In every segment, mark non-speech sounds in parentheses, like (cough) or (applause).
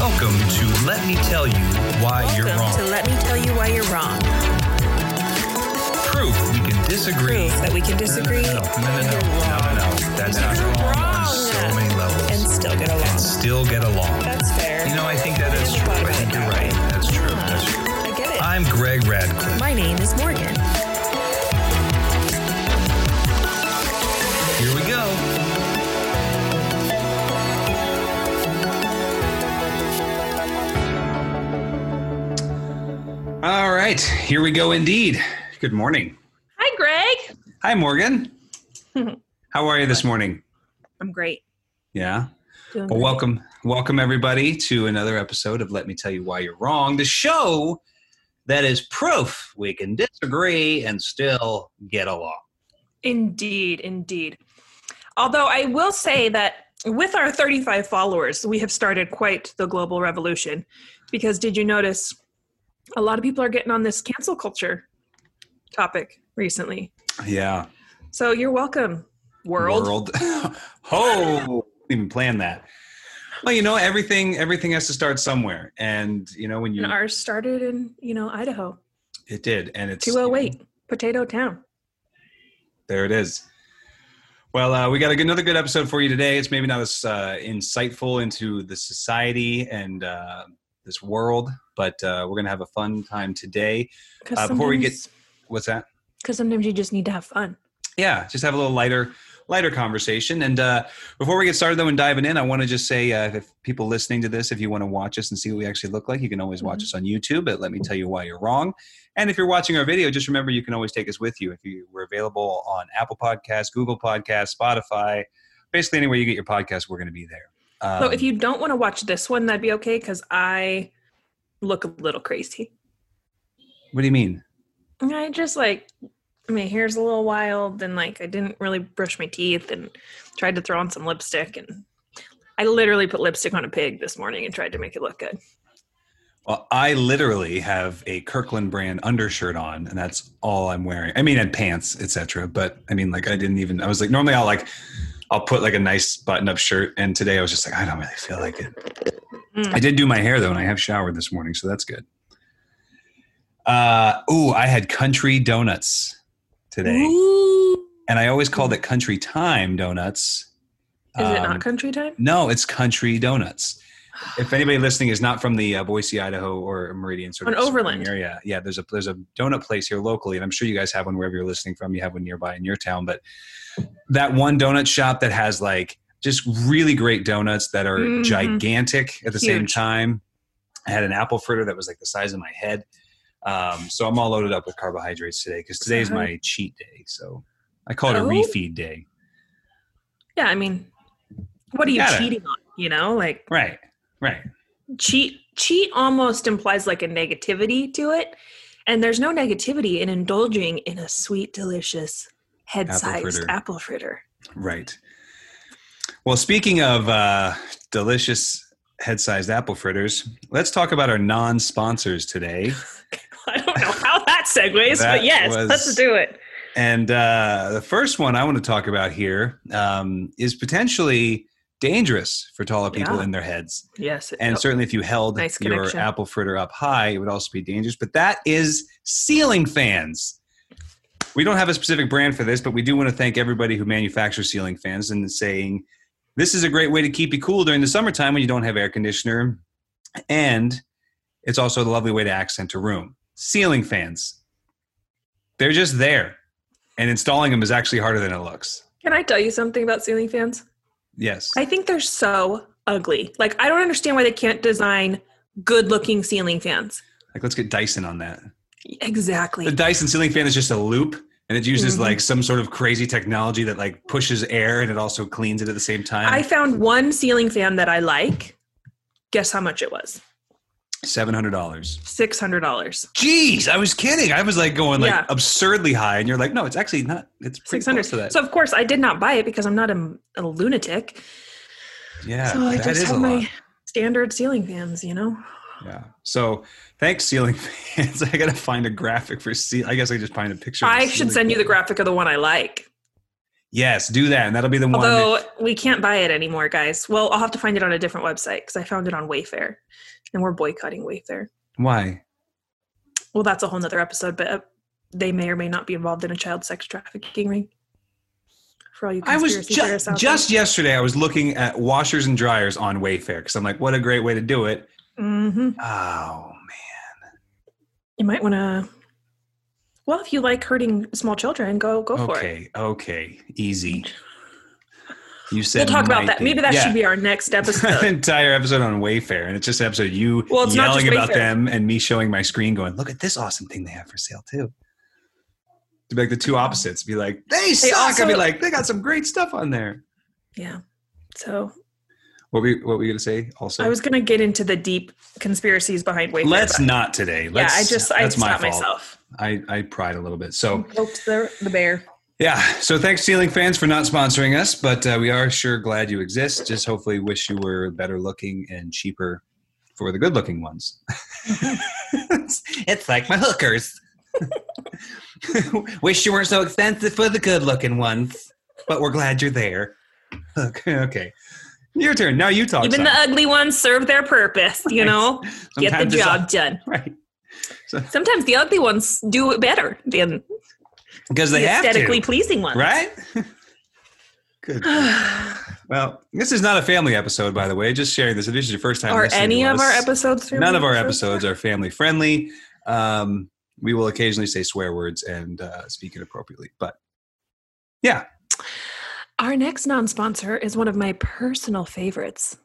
Welcome to Let Me Tell You Why You're Welcome to Wrong. Let Me Tell You Why You're Wrong. Proof we can disagree. Proof that we can disagree No, no, no, no, no, no, no. That's not You're wrong on wrong. so many levels. and still get And along. still get along. That's fair. You know, I think that is never true. thought I about think it you're that right. way. That's true. That's true. I get it. I'm Greg Radcliffe. My name is Morgan. Here we go. All right, here we go indeed. Good morning. Hi, Greg. Hi, (laughs) Morgan. How are you this morning? I'm great. Yeah. Doing Well, great. welcome, welcome everybody to another episode of Let Me Tell You Why You're Wrong, the show that is proof we can disagree and still get along. Indeed, indeed. Although I will say that with our 35 followers, we have started quite the global revolution. Because did you notice a lot of people are getting on this cancel culture topic recently? Yeah, So you're welcome, world. world. (laughs) oh, didn't even plan that. Well, you know, everything everything has to start somewhere, and you know when you And ours started in, you know, Idaho, it did, and it's 208, Potato Town. There it is. Well, uh, we got a good, another good episode for you today. It's maybe not as uh, insightful into the society and uh, this world, but uh, we're gonna have a fun time today. Because Uh, before we get- What's that? sometimes you just need to have fun. yeah just have a little lighter lighter conversation and uh, before we get started though and diving in i want to just say uh, if people listening to this if you want to watch us and see what we actually look like you can always Mm-hmm. watch us on youtube at let me tell you why you're wrong and if you're watching our video just remember you can always take us with you if you we're available on apple Podcasts, google Podcasts, spotify basically anywhere you get your podcast we're going to be there um, so if you don't want to watch this one, that'd be okay because I look a little crazy. what do you mean I just like my hair's a little wild and like I didn't really brush my teeth and tried to throw on some lipstick and I literally put lipstick on a pig this morning and tried to make it look good. well i literally have a kirkland brand undershirt on and that's all i'm wearing i mean and pants etc but i mean like i didn't even i was like normally i'll like I'll put like a nice button up shirt. And today I was just like, I don't really feel like it. Mm. I did do my hair though, and I have showered this morning, so that's good. Uh, ooh, I had country donuts today, and I always called it country time donuts. Is it Um, not country time? No, it's country (gasps) donuts. If anybody listening is not from the uh, Boise, Idaho, or Meridian sort On of surrounding Overland. area, yeah, there's a there's a donut place here locally, and I'm sure you guys have one wherever you're listening from. You have one nearby in your town, but that one donut shop that has like just really great donuts that are Mhm. gigantic at the same Huge. time. I had an apple fritter that was like the size of my head. Um, so I'm all loaded up with carbohydrates today because today's Uh-huh. my cheat day. So I call it a Oh. refeed day. Yeah, I mean, what are you Gotta- cheating on? You know, like Right. Right. cheat cheat almost implies like a negativity to it. And there's no negativity in indulging in a sweet, delicious head-sized fritter. apple fritter. (laughs) Right. Well, speaking of uh, delicious head sized apple fritters, let's talk about our non sponsors today. I don't know how that segues, That but yes, was- let's do it. And uh, the first one I want to talk about here um, is potentially dangerous for taller people Yeah. in their heads. Yes. it- And oh, certainly, if you held Nice your connection. apple fritter up high, it would also be dangerous. But that is ceiling fans. We don't have a specific brand for this, but we do want to thank everybody who manufactures ceiling fans and saying this is a great way to keep you cool during the summertime when you don't have air conditioner. And it's also a lovely way to accent a room. Ceiling fans, they're just there. And installing them is actually harder than it looks. can I tell you something about ceiling fans? Yes. I think they're so ugly. Like I don't understand why they can't design good-looking ceiling fans. Like, let's get Dyson on that. The Exactly. Dyson ceiling fan is just a loop, and it uses Mhm. like some sort of crazy technology that like pushes air and it also cleans it at the same time. I found one ceiling fan that I like. Guess how much it was? Seven hundred dollars. Six hundred dollars. Jeez, I was kidding. I was like going like Yeah. absurdly high, and you're like, no, it's actually not. It's pretty Six hundred. close to that. So of course I did not buy it because I'm not a, a lunatic. yeah, so I that just is a have lot. my standard ceiling fans. You know. Yeah. So thanks, ceiling (laughs) fans. I gotta find a graphic for seal. I guess I just find a picture. of I the should ceiling send you the fan. graphic of the one I like. Yes, do that, and that'll be the one. that- Although we can't buy it anymore, guys. Well, I'll have to find it on a different website because I found it on Wayfair, and we're boycotting Wayfair. why? Well, that's a whole nother episode, but uh, they may or may not be involved in a child sex trafficking ring. For all you I conspiracy was just theorists out just yesterday. I was looking at washers and dryers on Wayfair because I'm like, what a great way to do it. there. Mhm. Oh man. you might want to. Well, if you like hurting small children, go go for it. okay, okay, easy. You said We'll talk about might that. be. Maybe that Yeah. (laughs) should be our next episode. entire episode on Wayfair, and it's just an episode of you Well, it's not yelling just about Wayfair. them and me showing my screen, going, "Look at this awesome thing they have for sale too." To be like the two opposites, be like, "They, suck," also- and be like, "They got some great stuff on there." yeah. So What we what were you gonna say? Also, I was gonna get into the deep conspiracies behind Wayfair. let's but- not today. yeah, Let's, I just I that's my stopped fault. Oh. myself. I I pried a little bit. So Poked the the bear. yeah, so thanks Ceiling fans for not sponsoring us, but uh, we are sure glad you exist. Just hopefully wish you were better looking and cheaper for the good looking ones. (laughs) it's like my hookers. (laughs) Wish you weren't so expensive for the good looking ones, but we're glad you're there. Okay, (laughs) okay. Your turn. Now you talk. Even the Simon. ugly ones serve their purpose. You Right. know, get the Sometimes it's job all- done. (laughs) Right. Sometimes the ugly ones do it better than Because they the have to. aesthetically Uh, pleasing ones. (sighs) (laughs) Right? Good. Well, this is not a family episode, by the way. Just sharing this. If this is your first time, Are listening any to of our us, episodes? None of our episodes are family friendly. Um, we will occasionally say swear words and uh, speak inappropriately, but (laughs) yeah, Our next non-sponsor is one of my personal favorites,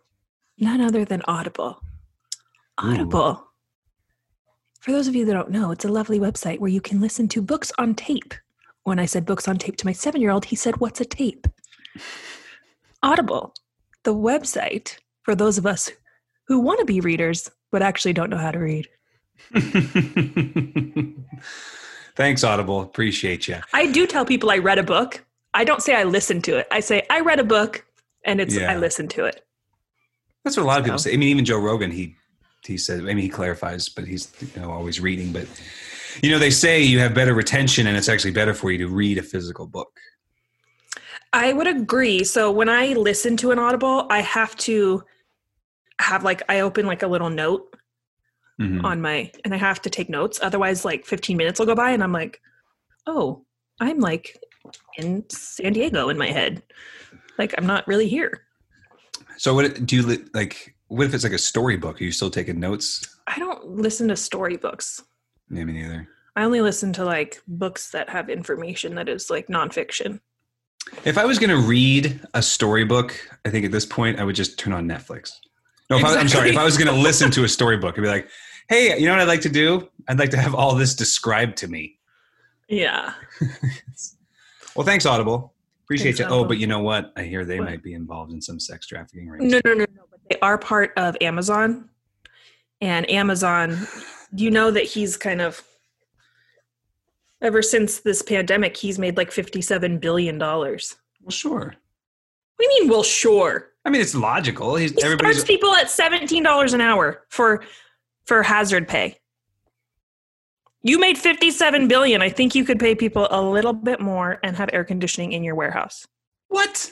none other than Audible. Ooh. Audible. For those of you that don't know, it's a lovely website where you can listen to books on tape. When I said books on tape to my seven-year-old, he said, "What's a tape?" Audible, the website for those of us who want to be readers but actually don't know how to read. Thanks, Audible. Appreciate you. I do tell people I read a book. I don't say I listened to it. I say I read a book and it's Yeah. I listened to it. That's what a lot of people So. say. I mean, even Joe Rogan, he he says. I mean, he clarifies, but he's you know always reading. But you know, they say you have better retention, and it's actually better for you to read a physical book. I would agree. So when I listen to an Audible, I have to have like I open like a little note Mhm. on my and I have to take notes. Otherwise like 15 minutes will go by and I'm like, "Oh, I'm like in San Diego in my head. Like I'm not really here." So, what do you li- like? What if it's like a storybook? Are you still taking notes? I don't listen to storybooks. Yeah, me neither. I only listen to like books that have information that is like nonfiction. If I was going to read a storybook, I think at this point I would just turn on Netflix. No, if I, I'm sorry. Exactly. If I was going to listen to a storybook, I'd be like, "Hey, you know what I'd like to do? I'd like to have all this described to me." Yeah. Well, thanks, Audible. Appreciate Thanks, you. Oh, Audible. but you know what? I hear they What? might be involved in some sex trafficking rings. No, no, no, no. But they are part of Amazon, and Amazon, you know that he's kind of. Ever since this pandemic, he's made like fifty-seven billion dollars. Well, sure. What do you mean? Well, sure. I mean, it's logical. He's, He everybody's starts people at seventeen dollars an hour for for hazard pay. You made fifty-seven billion. I think you could pay people a little bit more and have air conditioning in your warehouse. what?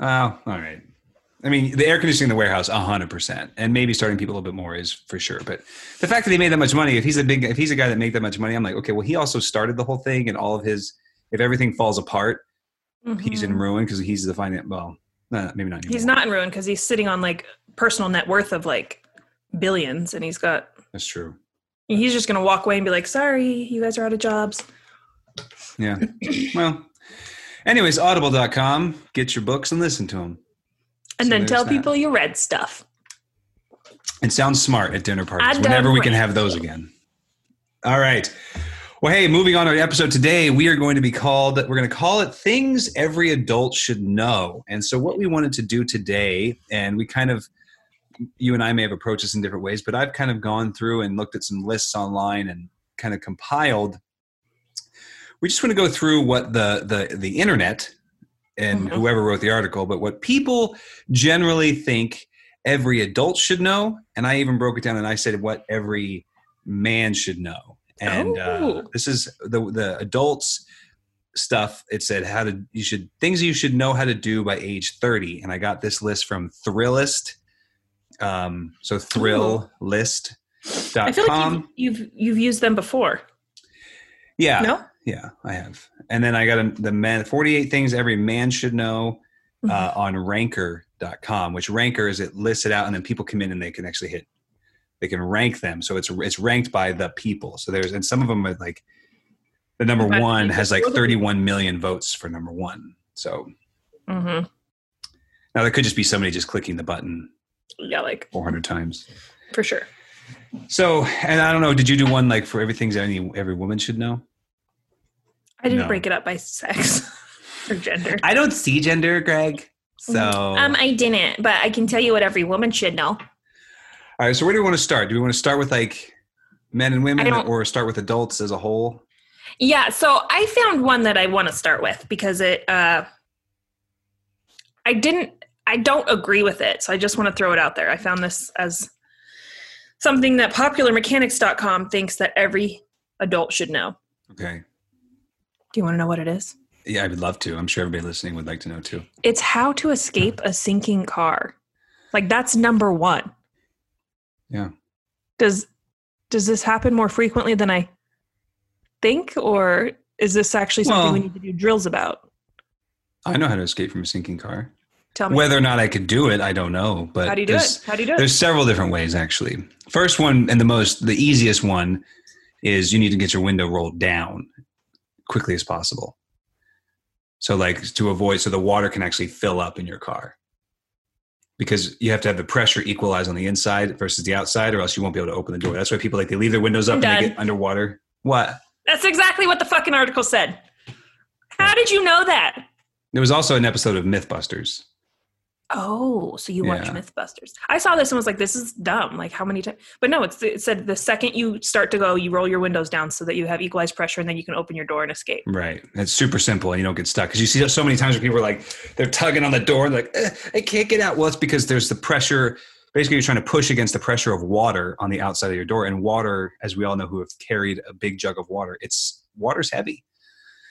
Oh, all right. I mean, the air conditioning in the warehouse, hundred percent, and maybe starting people a little bit more is for sure. But the fact that he made that much money, if he's a big, if he's a guy that made that much money, I'm like, okay, well, he also started the whole thing, and all of his, if everything falls apart, he's in ruin because he's the finance. Well, no, maybe Mm. not. Anymore. He's not in ruin because he's sitting on like personal net worth of like billions, and he's got That's true. he's just gonna walk away and be like, "Sorry, you guys are out of jobs." Yeah. (clears throat) well, anyways, audible.com, get your books and listen to them. And So then there's tell that. people you read stuff. It sounds smart at dinner parties. I done Whenever we can right. have those again. All right. Well, hey, moving on to our episode today, we are going to be called, we're going to call it Things Every Adult Should Know. And so, what we wanted to do today, and we kind of, you and I may have approached this in different ways, but I've kind of gone through and looked at some lists online and kind of compiled. We just want to go through what the the the internet and Mhm. whoever wrote the article, but what people generally think every adult should know, and I even broke it down and I said what every man should know. And uh, Oh. this is the the adults stuff. It said how to you should things you should know how to do by age 30, and I got this list from Thrillist. Um, so I feel thrillist.com. like you've, you've you've used them before. yeah, No. yeah, I have. And then I got a, the man 48 things every man should know uh, Mm-hmm. on ranker.com, which ranker is it lists it out and then people come in and they can actually hit, they can rank them. So it's, it's ranked by the people. So there's, and some of them are like the number By the one people. has like 31 million votes for number one. So Mm-hmm. now there could just be somebody just clicking the button Yeah, like 400 times. for sure. So, and I don't know, did you do one like for everything's any, every woman should know? I didn't No. break it up by sex (laughs) or gender. I don't see gender, Greg. So, Um, I didn't, but I can tell you what every woman should know. All right. So where do we want to start? Do we want to start with like men and women, I don't- or start with adults as a whole? Yeah, so I found one that I want to start with because it uh I didn't I don't agree with it, so I just want to throw it out there. I found this as something that popularmechanics.com thinks that every adult should know. Okay. Do you want to know what it is? Yeah, I would love to. I'm sure everybody listening would like to know too. It's how to escape a sinking car. Like that's number 1. Yeah. Does does this happen more frequently than I think or is this actually something we Well- need to do drills about? I know how to escape from a sinking car. Tell me. Whether or not I could do it, I don't know. But how do you do there's- it? How do you do it? There's several different ways actually. First one and the most, the easiest one is you need to get your window rolled down quickly as possible. So like to avoid so the water can actually fill up in your car. Because you have to have the pressure equalized on the inside versus the outside, or else you won't be able to open the door. That's why people like they leave their windows up I'm and they done. get underwater. What? That's exactly what the fucking article said. How did you know that? There was also an episode of MythBusters. Oh, so you watch Yeah. Mythbusters. I saw this and was like, this is dumb. Like, how many times? But no, it's, it said the second you start to go, you roll your windows down so that you have equalized pressure and then you can open your door and escape. Right. It's super simple and you don't get stuck. Because you see so many times where people are like, they're tugging on the door and like, eh, I can't get out. Well, it's because there's the pressure. Basically, you're trying to push against the pressure of water on the outside of your door. And water, as we all know who have carried a big jug of water, it's water's heavy.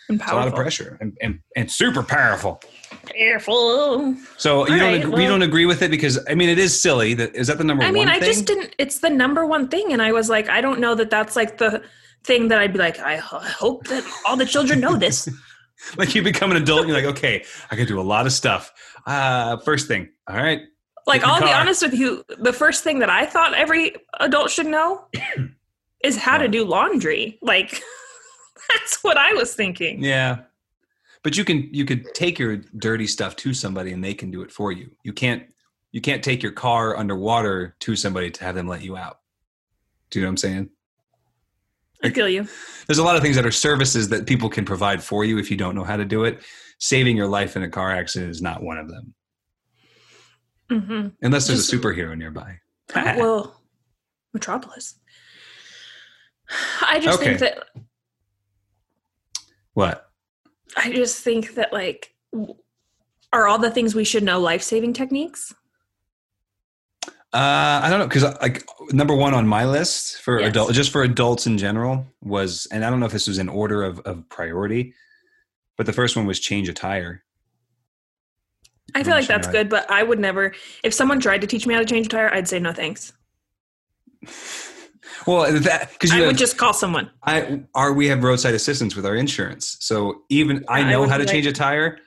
And It's a lot of powerful. pressure and, and, and super powerful. Careful. So you don't right, ag- we well- don't agree with it because I mean it is silly. That is that the number I mean, one I thing? just didn't. It's the number one thing, and I was like, I don't know that that's like the thing that I'd be like, I ho- I hope that all the children know this. like you become an adult and you're like, okay, I can do a lot of stuf. Uh, first thing, all right, Like, Different I'll be car. honest with you. The first thing that I thought every adult should know (coughs) is how to What? do laundry. Like, (laughs) that's what I was thinking. Yeah. But you can you could take your dirty stuff to somebody and they can do it for you. You can't you can't take your car underwater to somebody to have them let you out. Do you know what I'm saying? I feel you. There's a lot of things that are services that people can provide for you if you don't know how to do it. Saving your life in a car accident is not one of them. hmm Unless there's Just- a superhero nearby. well, Metropolis. I just think Okay. that what? I just think that like w- are all the things we should know life saving techniques? Uh, I don't know because like number one on my list for Yes. adult, just for adults in general was, and I don't know if this was in order of, of priority, but the first one was change a tire. I feel Mm, like should that's I- good, but I would never. If someone tried to teach me how to change a tire, I'd say no thanks. Well, that because I you would have, just call someone. I are we have roadside assistance with our insurance, so even I Yeah, I know would how to be change a tire,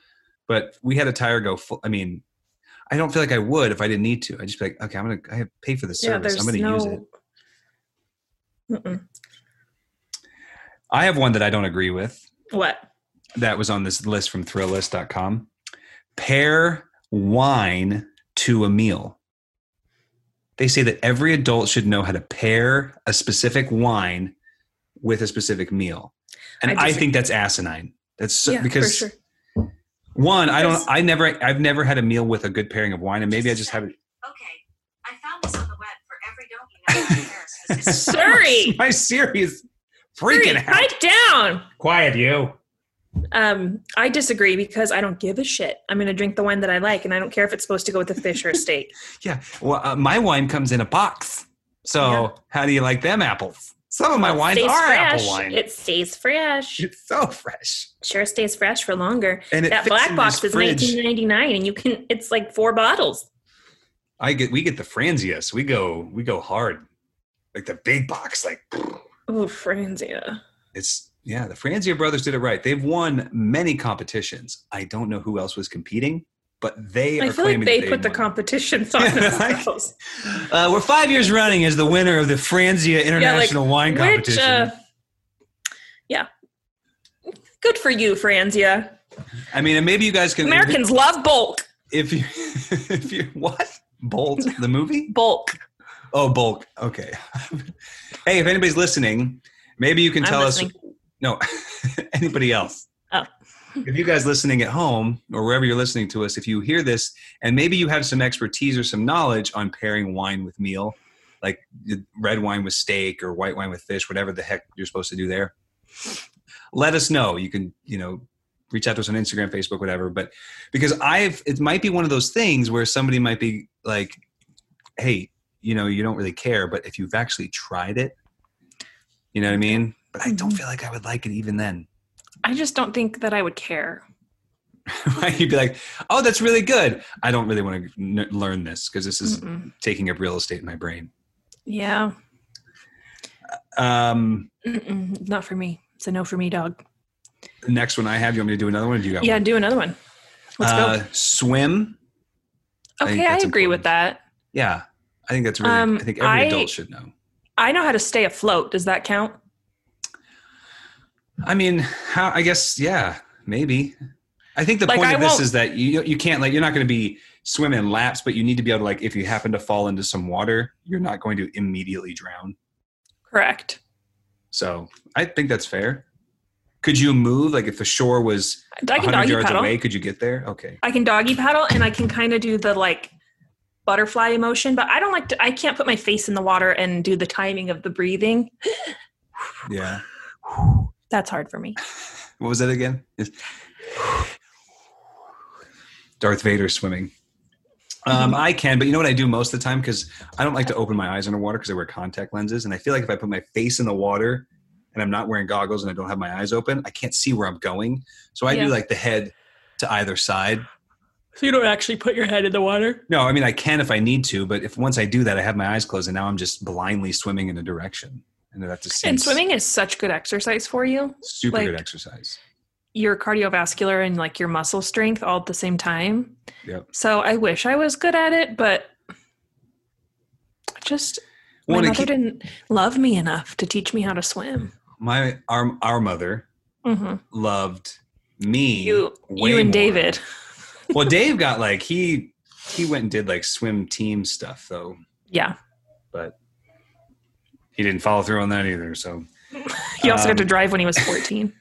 but we had a tire go full. I mean, I don't feel like I would if I didn't need to. I just be like, okay, I'm gonna I have pay for the service. I'm gonna use it. Mm-mm. I have one that I don't agree with. What? that was on this list from thrillist.com. Pair wine to a meal. They say that every adult should know how to pair a specific wine with a specific meal. And I I, think that's asinine. That's so, Yeah, because for sure. one, I don't Because- I never I've never had a meal with a good pairing of wine and maybe I just haven't Okay, I found this on the web for every don't you know (laughs) comparison. Sorry. my serious Three, freaking out. pipe down. Quiet you. Um, I disagree because I don't give a shit. I'm going to drink the wine that I like, and I don't care if it's supposed to go with a fish or (laughs) a steak. Yeah. Well, uh, my wine comes in a box. So, how do you like them apples? Some of my wines stays are fresh. apple wine. It stays fresh. (laughs) it's so fresh. Sure stays fresh for longer. And it that fits black in box this is fridge. 19.99 and you can it's like four bottles. I get we get the Franzia, so we go we go hard. Like the big box, like Oh, Franzia. it's yeah, the Franzia brothers did it right. They've won many competitions. I don't know who else was competing, but they I are feel like claiming they that put the won. (laughs) competitions on Yeah, like- themselves. Uh, we're five years running as the winner of the Franzia International Wine Which Competition. uh, yeah. Good for you, Franzia. I mean, and maybe you guys can Americans love bulk. if you (laughs) if you what Bolt the movie? Bulk. Oh, Bulk. Okay. (laughs) hey, if anybody's listening, maybe you can I'm tell listening. us. No, (laughs) anybody else? Oh. if you guys listening at home or wherever you're listening to us, if you hear this and maybe you have some expertise or some knowledge on pairing wine with meal, like red wine with steak or white wine with fish, whatever the heck you're supposed to do there, let us know. You can, you know, reach out to us on Instagram, Facebook, whatever. But because I've, it might be one of those things where somebody might be like, hey, you know, you don't really care, but if you've actually tried it, you know what I mean? But I don't feel like I would like it even then. I just don't think that I would care. right? (laughs) You'd be like, "Oh, that's really good. I don't really want to n- learn this because this is Mm-mm. taking up real estate in my brain." Yeah. Um, Mm-mm. Not for me. It's a no for me, dog. the next one I have. You want me to do another one? Or do you got Yeah, one? do another one. Let's Uh, swim. I go. think Okay, I, that's agree with important. that. Yeah, I think that's really. Um, I think every I- adult should know. I know how to stay afloat. Does that count? I mean, how? I guess yeah, maybe. I think the Like, point I of this won't- is that you you can't like you're not going to be swimming laps, but you need to be able to like if you happen to fall into some water, you're not going to immediately drown. Correct. So I think that's fair. Could you move? Like if the shore was I can 100 doggy yards paddle. away, could you get there? Okay. I can doggy paddle and I can kind of do the like butterfly emotion, but I don't like to, I can't put my face in the water and do the timing of the breathing. Yeah. That's hard (laughs) for me. What was that again? It's- Darth Vader swimming. Mm-hmm. Um, I can, but you know what I do most of the time because I don't like to open my eyes underwater because I wear contact lenses, and I feel like if I put my face in the water and I'm not wearing goggles and I don't have my eyes open, I can't see where I'm going. So I Yeah. do like the head to either side. So you don't actually put your head in the water? No, I mean I can if I need to, but if once I do that, I have my eyes closed, and now I'm just blindly swimming in a direction, and that just And seems swimming is such good exercise for you. super good like- exercise. Your cardiovascular and like your muscle strength all at the same time. Yep. So I wish I was good at it, but I just my One, it mother keep- didn't love me enough to teach me how to swim. my our our mother hmm loved me. You, (laughs) way you more. and David. well, Dave got like he he went and did like swim team stuff though. Yeah. He didn't follow through on that either. So He also Um, got to drive when he was 14.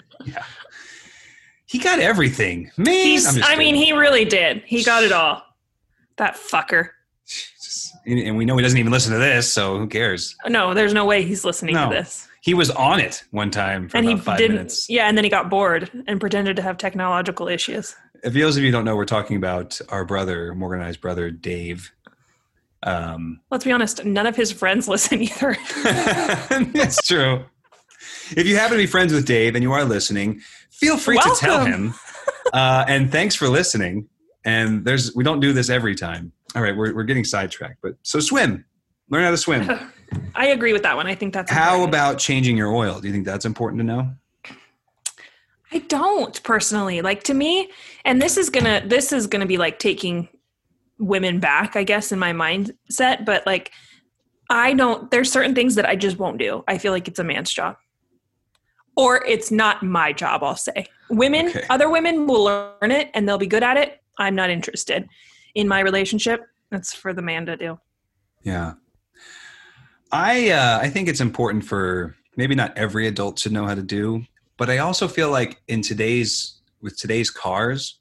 he got everything. Man, (laughs) I'm He's, just I mean, kidding. he really did. He got it all. That fucker. Jesus. And- and we know he doesn't even listen to this, so who cares? No, there's no way he's listening No, to this. He was on it one time for And he about five didn't. minutes. Yeah, and then he got bored and pretended to have technological issues. if those of you don't know, we're talking about our brother, Morgan and I's brother, Dave. Um, Let's be honest, none of his friends (laughs) listen (laughs) either. that's true. If you happen to be friends with Dave and you are listening, feel free to tell Welcome. him. Uh, and thanks for listening. And there's we don't do this every time. All right, we're we're getting sidetracked, but so swim, learn how to swim. I agree with that one. I think that's How important. about changing your oil? Do you think that's important to know? I don't personally like to me, and this is gonna this is gonna be like taking women back, I guess, in my mindset. But like, I don't. There's certain things that I just won't do. I feel like it's a man's job, or it's not my job. I'll say women, Okay. other women will learn it and they'll be good at it. I'm not interested in my relationship. That's for the man to do. Yeah. I uh, I think it's important for maybe not every adult to know how to do, but I also feel like in today's with today's cars,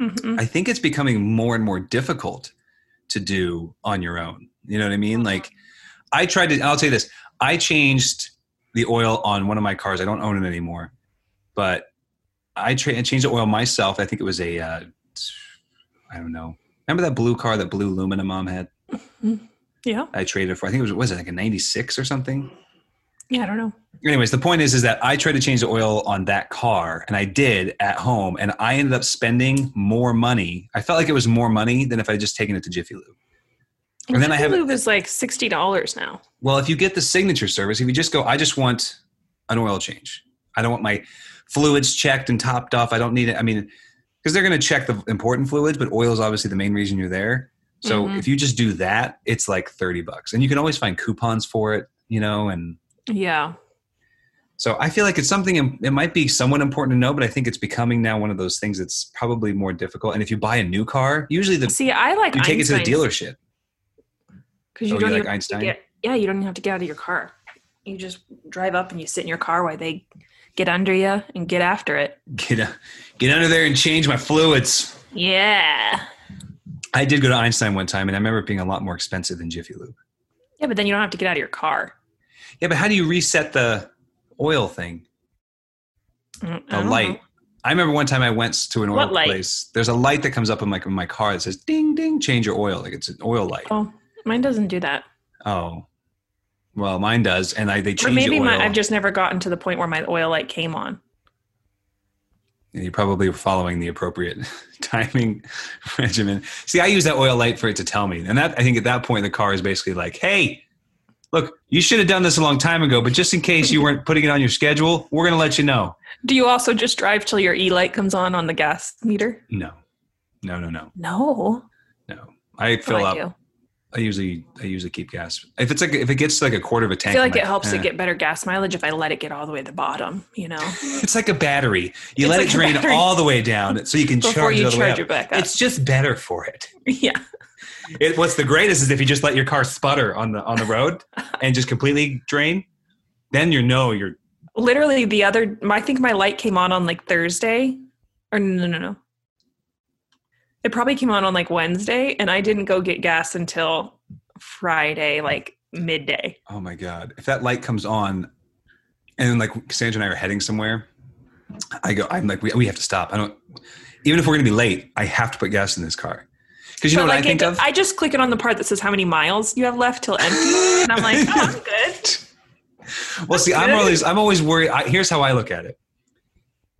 Mhm. I think it's becoming more and more difficult to do on your own. You know what I mean? Like I tried to I'll tell you this. I changed the oil on one of my cars. I don't own it anymore. But I tra- changed the oil myself. I think it was a uh, I don't know. Remember that blue car that blue Lumina mom had? Yeah, I traded for. I think it was was it like a '96 or something. Yeah, I don't know. Anyways, the point is, is that I tried to change the oil on that car, and I did at home, and I ended up spending more money. I felt like it was more money than if I had just taken it to Jiffy Lube. And then I have, Lube is like sixty dollars now. well, if you get the signature service, if you just go, I just want an oil change. I don't want my fluids checked and topped off. I don't need it. I mean, because they're going to check the important fluids, but oil is obviously the main reason you're there. So Mhm. if you just do that, it's like 30 bucks. And you can always find coupons for it, you know, and Yeah. So I feel like it's something it might be somewhat important to know, but I think it's becoming now one of those things that's probably more difficult. And if you buy a new car, usually the See, I like you take it to the Einstein's, dealership. because you Oh, you don't like even have to Einstein? get. Yeah, you don't even have to get out of your car. You just drive up and you sit in your car while they get under you and get after it. Get uh, get under there and change my fluids. Yeah. I did go to Einstein one time, and I remember it being a lot more expensive than Jiffy Lube. Yeah, but then you don't have to get out of your car. Yeah, but how do you reset the oil thing? Mm, I The don't know. light. I remember one time I went to an oil What light? place. There's a light that comes up in my in my car that says "ding ding, change your oil." Like it's an oil light. Oh, Oh, mine doesn't do that. well, mine does, and I they Or change maybe the oil. my, I've just never gotten to the point where my oil light came on. And you probably were following the appropriate (laughs) timing (laughs) regimen. See, I use that oil light for it to tell me. And that I think at that point the car is basically like, hey, look, you should have done this a long time ago, but just in case you weren't putting it on your schedule, we're gonna let you know. Do you also just drive till your e light comes on on the gas meter? No. No, no, no, No. no. I What do fill I up. do? I usually I usually keep gas. If it's like if it gets to like a quarter of a I tank. feel like I'm it helps eh. to get better gas mileage if I let it get all the way to the bottom, you know, It's like a battery. You It's let like it a drain battery. all the way down so you can (laughs) before charge it you all the way up. charge it back up. It's just better for it. (laughs) yeah. It, what's the greatest is if you just let your car sputter on the on the road and just completely drain. Then you know you're. Literally the other, my- I think my light came on on like Thursday or no, no, no. It probably came on on like Wednesday and I didn't go get gas until Friday, like midday. Oh my god! If that light comes on, and like Sandra and I are heading somewhere, I go. I'm like, we, we have to stop. I don't. Even if we're gonna be late, I have to put gas in this car. Because you know But, what like, I think it- of? I just click it on the part that says how many miles you have left till empty. and I'm like, oh, (laughs) I'm good. well, see, I'm good. always I'm always worried. I, here's how I look at it: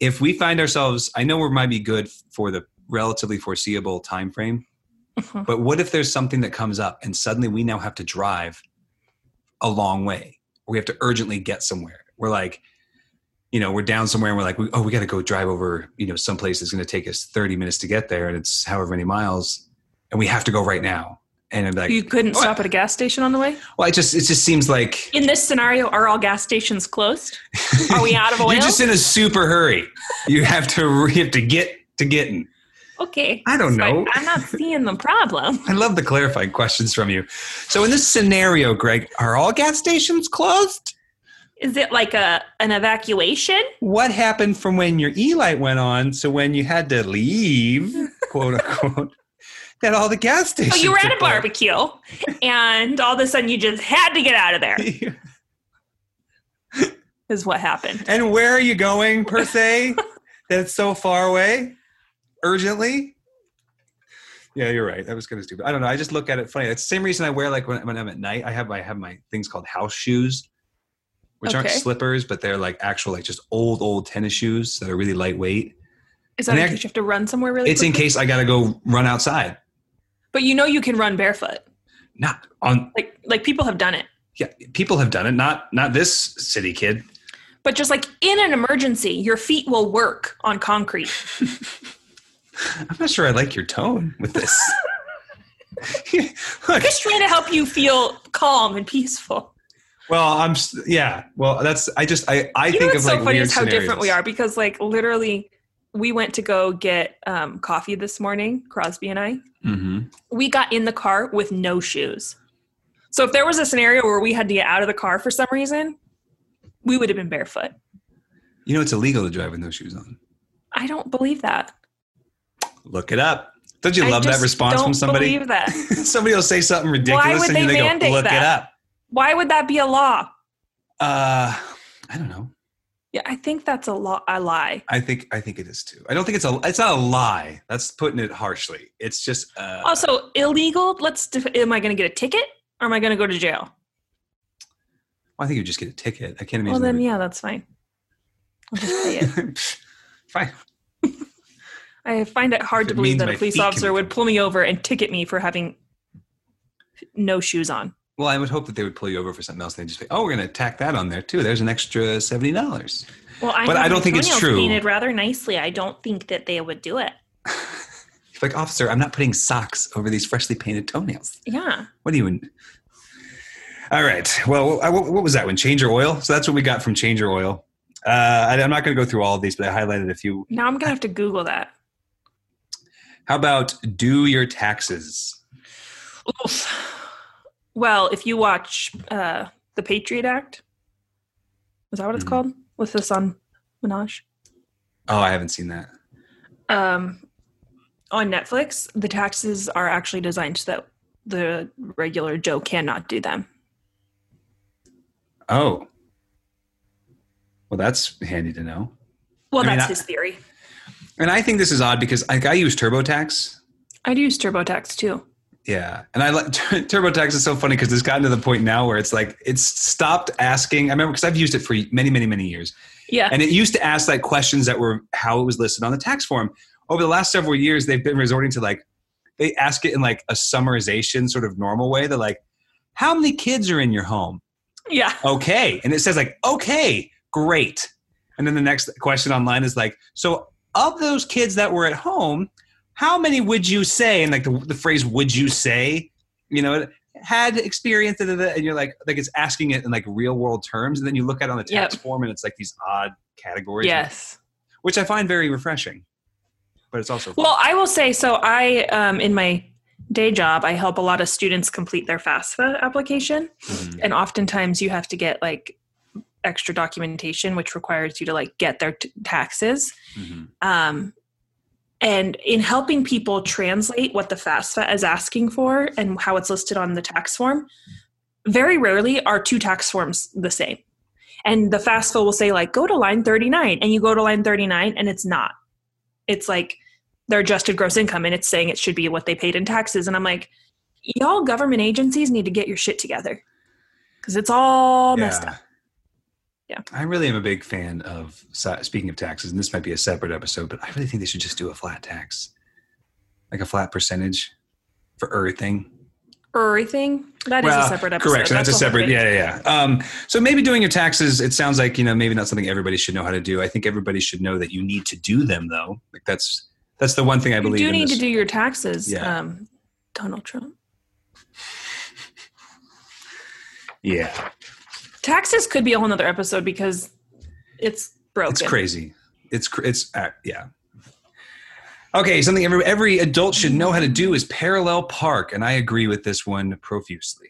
if we find ourselves, I know we might be good for the relatively foreseeable time frame, (laughs) Mhm. but what if there's something that comes up and suddenly we now have to drive a long way, or we have to urgently get somewhere? We're like, you know, we're down somewhere and we're like, we, oh, we got to go drive over, you know, someplace that's going to take us 30 minutes to get there, and it's however many miles, and we have to go right now. And I'm like, You couldn't stop at a gas station on the way? well, it just it just seems like In this scenario, are all gas stations closed? Are (laughs) we out of oil? You're just in a super hurry. You have to (laughs) you have to get to getting. okay. I don't know. I'm not seeing the problem. I love the clarifying questions from you. So in this scenario, Greg, are all gas stations closed? Is it like a an evacuation? What happened from when your e light went on to when you had to (laughs) leave, quote unquote? That all the gas Oh, stations. you were at are a barbecue, and all of a sudden you just had to get out of there. closed? (laughs) Is what happened. and where are you going per (laughs) se? That's so far away, urgently. Yeah, you're right. That was kind of stupid. I don't know. I just look at it funny. That's the same reason I wear like when, when I'm at night. I have I have my things called house shoes, which aren't Okay. slippers, but they're like actual like just old old tennis shoes that are really lightweight. Is that And in act- case you have to run somewhere really? It's in quick? case I gotta go run outside. but you know you can run barefoot. Not on. Like like people have done it. Yeah, people have done it. Not not this city kid. But just like in an emergency, your feet will work on concrete. I'm not sure I like your tone with this. (laughs) (laughs) Look, Just trying to help you feel calm and peaceful. Well, I'm s- yeah. Well, that's I just I I you know think of what's like so funny weird is how scenarios. different we are because like literally we went to go get um, coffee this morning crosby and i Mhm. we got in the car with no shoes so if there was a scenario where we had to get out of the car for some reason we would have been barefoot You know, it's illegal to drive with no shoes on. i don't believe that Look it up. Don't you I love that just response from don't somebody? believe that (laughs) somebody will say something ridiculous would and you they they go, mandate "Look it that? up." why would that be a law Uh, I don't know. yeah i think that's a, law. a lie I think I think it is too. I don't think it's a it's not a lie. That's putting it harshly. It's just uh, also illegal let's def- am i going to get a ticket or am i going to go to jail Well, I think you just get a ticket. I can't Well, imagine. then that yeah, that's fine. I'll just pay it. would- (laughs) Fine. I find it hard If to it believe means that my a police feet can officer be- would pull me over and ticket me for having no shoes on. Well, I would hope that they would pull you over for something else. They just say, "Oh, we're going to tack that on there too." There's an extra seventy dollars. Well, I But have I don't my think it's toenails true. Painted rather nicely. I don't think that they would do it. Like, officer, I'm not putting socks over these freshly painted toenails. Yeah. What do you? All right. Well, I- what what was that one? Change your oil. So that's what we got from Change Your Oil. Uh, I, I'm not going to go through all of these, but I highlighted a few. Now I'm gonna have to Google that. How about do your taxes? Oof. Well, if you watch uh, the Patriot Act, is that what it's Mhm. called with Hassan Minaj Oh, I haven't seen that. um, on Netflix? The taxes are actually designed so that the regular Joe cannot do them. Oh. Well, that's handy to know. Well, I mean, that's I- his theory. And I think this is odd because like I use TurboTax. I'd use TurboTax too. Yeah, and I like (laughs) TurboTax is so funny because it's gotten to the point now where it's like it's stopped asking. I remember because I've used it for many, many, many years, Yeah. and it used to ask like questions that were how it was listed on the tax form. Over the last several years, they've been resorting to like they ask it in like a summarization sort of normal way. They're like, "How many kids are in your home?" Yeah. okay and it says like okay great and then the next question online is like so of those kids that were at home how many would you say and like the, the phrase would you say you know had experience da, da, da, and you're like like it's asking it in like real world terms and then you look at it on the tax form and it's like these odd categories Yes. which i find very refreshing but it's also Well, I will say so. I, um, in my day job, I help a lot of students complete their FAFSA application. Mhm. And oftentimes you have to get like extra documentation, which requires you to like get their t- taxes. Mhm. Um, and in helping people translate what the FAFSA is asking for and how it's listed on the tax form, very rarely are two tax forms the same. And the FAFSA will say, like, go to line 39, and you go to line 39, and it's not. It's like their adjusted gross income, and it's saying it should be what they paid in taxes. And I'm like, y'all government agencies need to get your shit together because it's all messed up. Yeah. I really am a big fan of si- speaking of taxes, and this might be a separate episode, but I really think they should just do a flat tax, like a flat percentage for everything. Everything. That is Well, a separate episode. Correct. So that's, a the whole separate. thing. Yeah, yeah. yeah. Um, so maybe doing your taxes. It sounds like you know maybe not something everybody should know how to do. I think everybody should know that you need to do them though. Like that's that's the one thing I You believe. do in need this- to do your taxes, Yeah. um, Donald Trump. Yeah, Taxes could be a whole nother episode because it's broken. it's crazy. It's cr- it's uh, yeah. Okay, something every every adult should know how to do is parallel park, and I agree with this one profusely.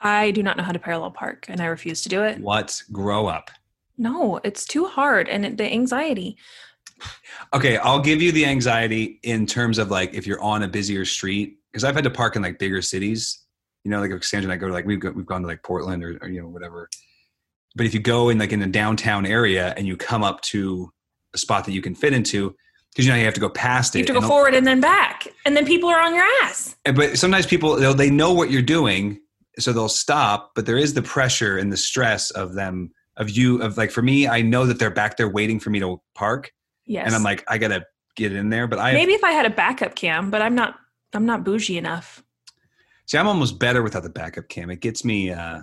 I do not know how to parallel park and I refuse to do it. What? Grow up. No, it's too hard and it, the anxiety. Okay, I'll give you the anxiety in terms of like if you're on a busier street, because I've had to park in like bigger cities. You know, like if Sandra and I go to like we've go, we've gone to like Portland or, or you know whatever. But if you go in like in a downtown area and you come up to a spot that you can fit into, because you know you have to go past it. You have to go and- forward and then back, and then people are on your ass. and- but sometimes people they'll- they know what you're doing, so they'll stop. But there is the pressure and the stress of them of you of like for me, I know that they're back there waiting for me to park, Yes. and I'm like I gotta get in there. But I maybe if I had a backup cam, but I'm not. I'm not bougie enough. See, I'm almost better without the backup cam. It gets me. Uh,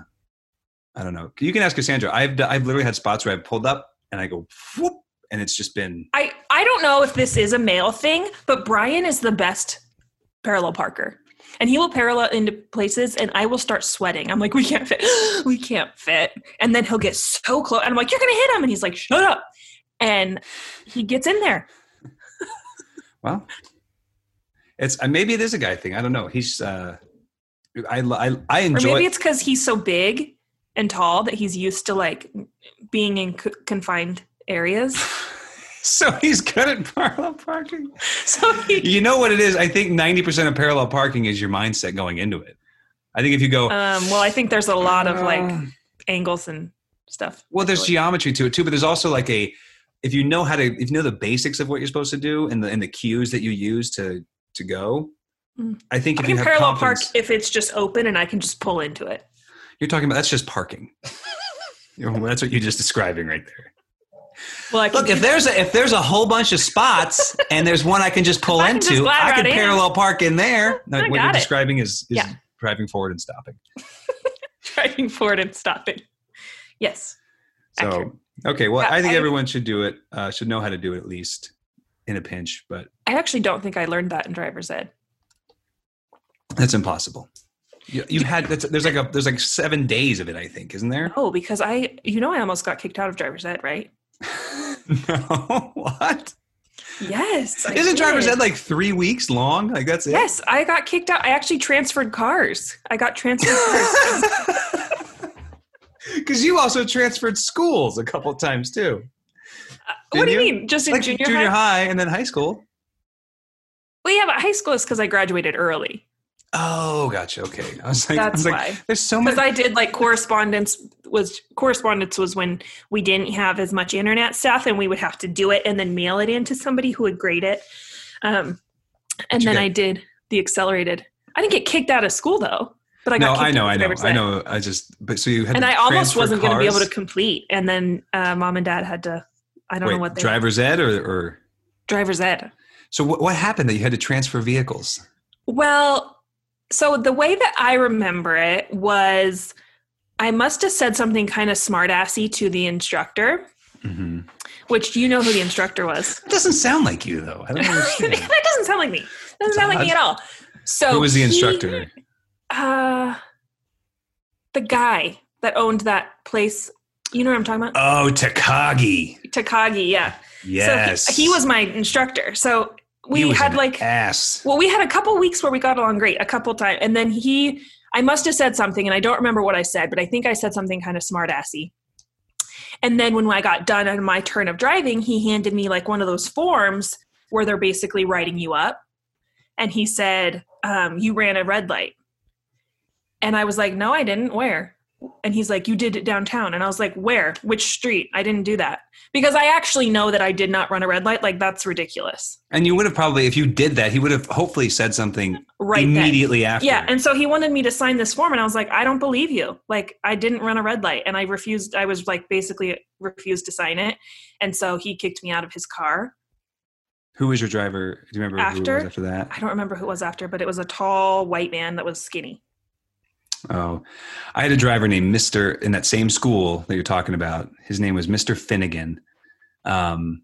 I don't know. You can ask Cassandra. I've d- I've literally had spots where I've pulled up and I go whoop, and it's just been. I I don't know if this is a male thing, but Brian is the best parallel parker. And he will parallel into places and I will start sweating. I'm like, we can't fit. (gasps) we can't fit. And then he'll get so close and I'm like, you're going to hit him and he's like, shut up. And he gets in there. Well, it's uh, maybe it is a guy thing. I don't know. He's. Uh, I lo- I I Or enjoy. maybe it's cuz he's so big and tall that he's used to like being in c- confined areas. (laughs) (laughs) so he's good at (laughs) parallel parking. So (laughs) he You know what it is? I think 90% of parallel parking is your mindset going into it. I think if you go, um well, I think there's a lot of like "Uh, angles and stuff. Well, there's Actually. geometry to it too, but there's also like a if you know how to if you know the basics of what you're supposed to do and the and the cues that you use to to go. Mm. I think I if you can have parallel parallel park if it's just open and I can just pull into it. (laughs) you're talking about that's just parking. Oh, That's what you're just describing right there. Well, I can, Look, if there's a, if there's a whole bunch of spots and there's one I can just pull (laughs) I can just into, glide I can right in. parallel park in there. No, I what got you're it. describing is, is Yeah. driving forward and stopping. (laughs) driving forward and stopping. Yes. So Accurate. okay, well, Yeah, I think I- everyone should do it. Uh, should know how to do it at least in a pinch, but I actually don't think I learned that in driver's ed. that's impossible. You, you had that's, there's like a there's like seven days of it, I think, isn't there? (laughs) Oh, because I, you know, I almost got kicked out of driver's ed, right? no, what? Yes. I Isn't driver's did. ed like three weeks long? Like that's it. Yes, I got kicked out. I actually transferred cars. I got transferred (laughs) cars. (laughs) Because you also transferred schools a couple times too, what do you Junior? mean? Just in like junior, high? high? and then high school. Well, yeah, but high school is because I graduated early. Oh, gotcha. Okay, I was like, I That's was like, why. there's so much. Because I did like correspondence was correspondence was when we didn't have as much internet stuff and we would have to do it and then mail it in to somebody who would grade it. Um, and you then get? I did the accelerated. I didn't get kicked out of school though, but I no, got kicked I know, out I of know, driver's I ed. know. I just but so you had And to I almost transfer wasn't going to be able cars? to complete. And then uh, mom and dad had to. I don't Wait, know what they driver's ed or, or driver's ed. so what, what happened that you had to transfer vehicles? Well, so the way that I remember it was I must have said something kind of smart assy to the instructor, Mm-hmm. which you know who the instructor was. It doesn't sound like you though. I don't (laughs) understand. that doesn't sound like me. Doesn't sound like me at all. So Who was the he- instructor? uh, the guy that owned that place. You know what I'm talking about? Oh, Takagi. Takagi, yeah. Uh, Yes, So he, he was my instructor. So He we was had an like ass. Well, we had a couple weeks where we got along great, a couple times, and then he, I must have said something, and I don't remember what I said, but I think I said something kind of smart assy. And then when I got done on my turn of driving, he handed me like one of those forms where they're basically writing you up, and he said, um, "You ran a red light," and I was like, "No, I didn't. Where?" And he's like, "You did it downtown," and I was like, "Where? Which street? I didn't do that." Because I actually know that I did not run a red light. Like that's ridiculous. And you would have probably, if you did that, he would have hopefully said something Right. then. immediately after. Yeah, and so he wanted me to sign this form, and I was like, I don't believe you. Like, I didn't run a red light, and I refused. I was like, basically refused to sign it, and so he kicked me out of his car. who was your driver? Do you remember who it was After? after that? I don't remember who it was after, but it was a tall white man that was skinny. Oh, I had a driver named Mister in that same school that you're talking about. His name was Mister Finnegan, um,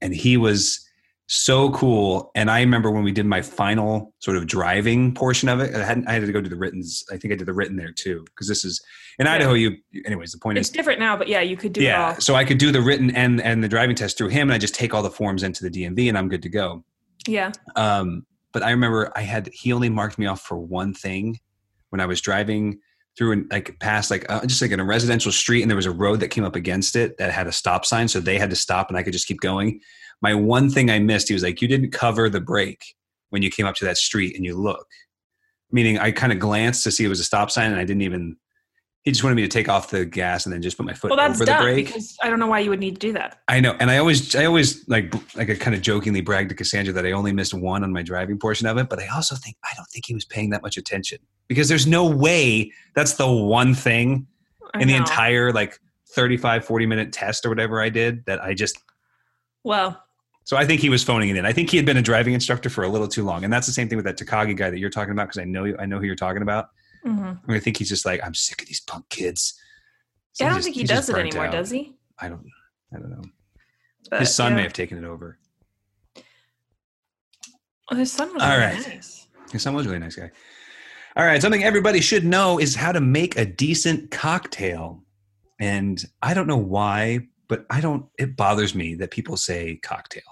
and he was so cool. And I remember when we did my final sort of driving portion of it. I hadn't. I had to go do the written. I think I did the written there too because this is in Yeah. Idaho. You, anyways. The point It's is, different now, but yeah, you could do yeah. it all. So I could do the written and and the driving test through him, and I just take all the forms into the DMV, and I'm good to go. Yeah, Um, but I remember I had he only marked me off for one thing when I was driving through and like past like uh, just like in a residential street and there was a road that came up against it that had a stop sign so they had to stop and I could just keep going. My one thing I missed he was like you didn't cover the brake when you came up to that street and you look. Meaning I kind of glanced to see it was a stop sign and I didn't even he just wanted me to take off the gas and then just put my foot well, that's over the dumb. brake. because I don't know why you would need to do that. I know, and I always, I always like, like I kind of jokingly bragged to Cassandra that I only missed one on my driving portion of it, but I also think I don't think he was paying that much attention because there's no way that's the one thing I in the know. entire like 35, 40 minute test or whatever I did that I just. well, So I think he was phoning it in. I think he had been a driving instructor for a little too long, and that's the same thing with that Takagi guy that you're talking about because I know, you, I know who you're talking about. mhm. I, mean, I think he's just like, I'm sick of these punk kids. So I don't just- think he, just does it burnt anymore, out. does he? I don't. I don't know. But, His son yeah. may have taken it over. Oh, his son was All really right. nice. His son was a really nice guy. All right, something everybody should know is how to make a decent cocktail. And I don't know why, but I don't it bothers me that people say cocktail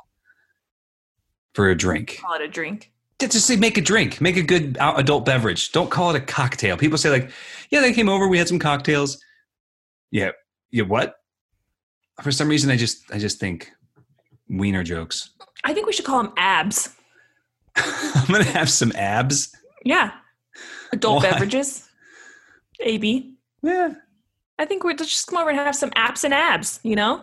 for a drink. Call it a drink. Just just say make a drink, make a good out- adult beverage. Don't call it a cocktail. People say like, "Yeah, they came over, we had some cocktails." Yeah. Yeah, what? For some reason I just I just think wiener jokes. (laughs) I think we should call him abs. I'm going to have some abs. Yeah. Adult Why? beverages. AB. Yeah. I think we're let's just come over and have some apps and abs, you know?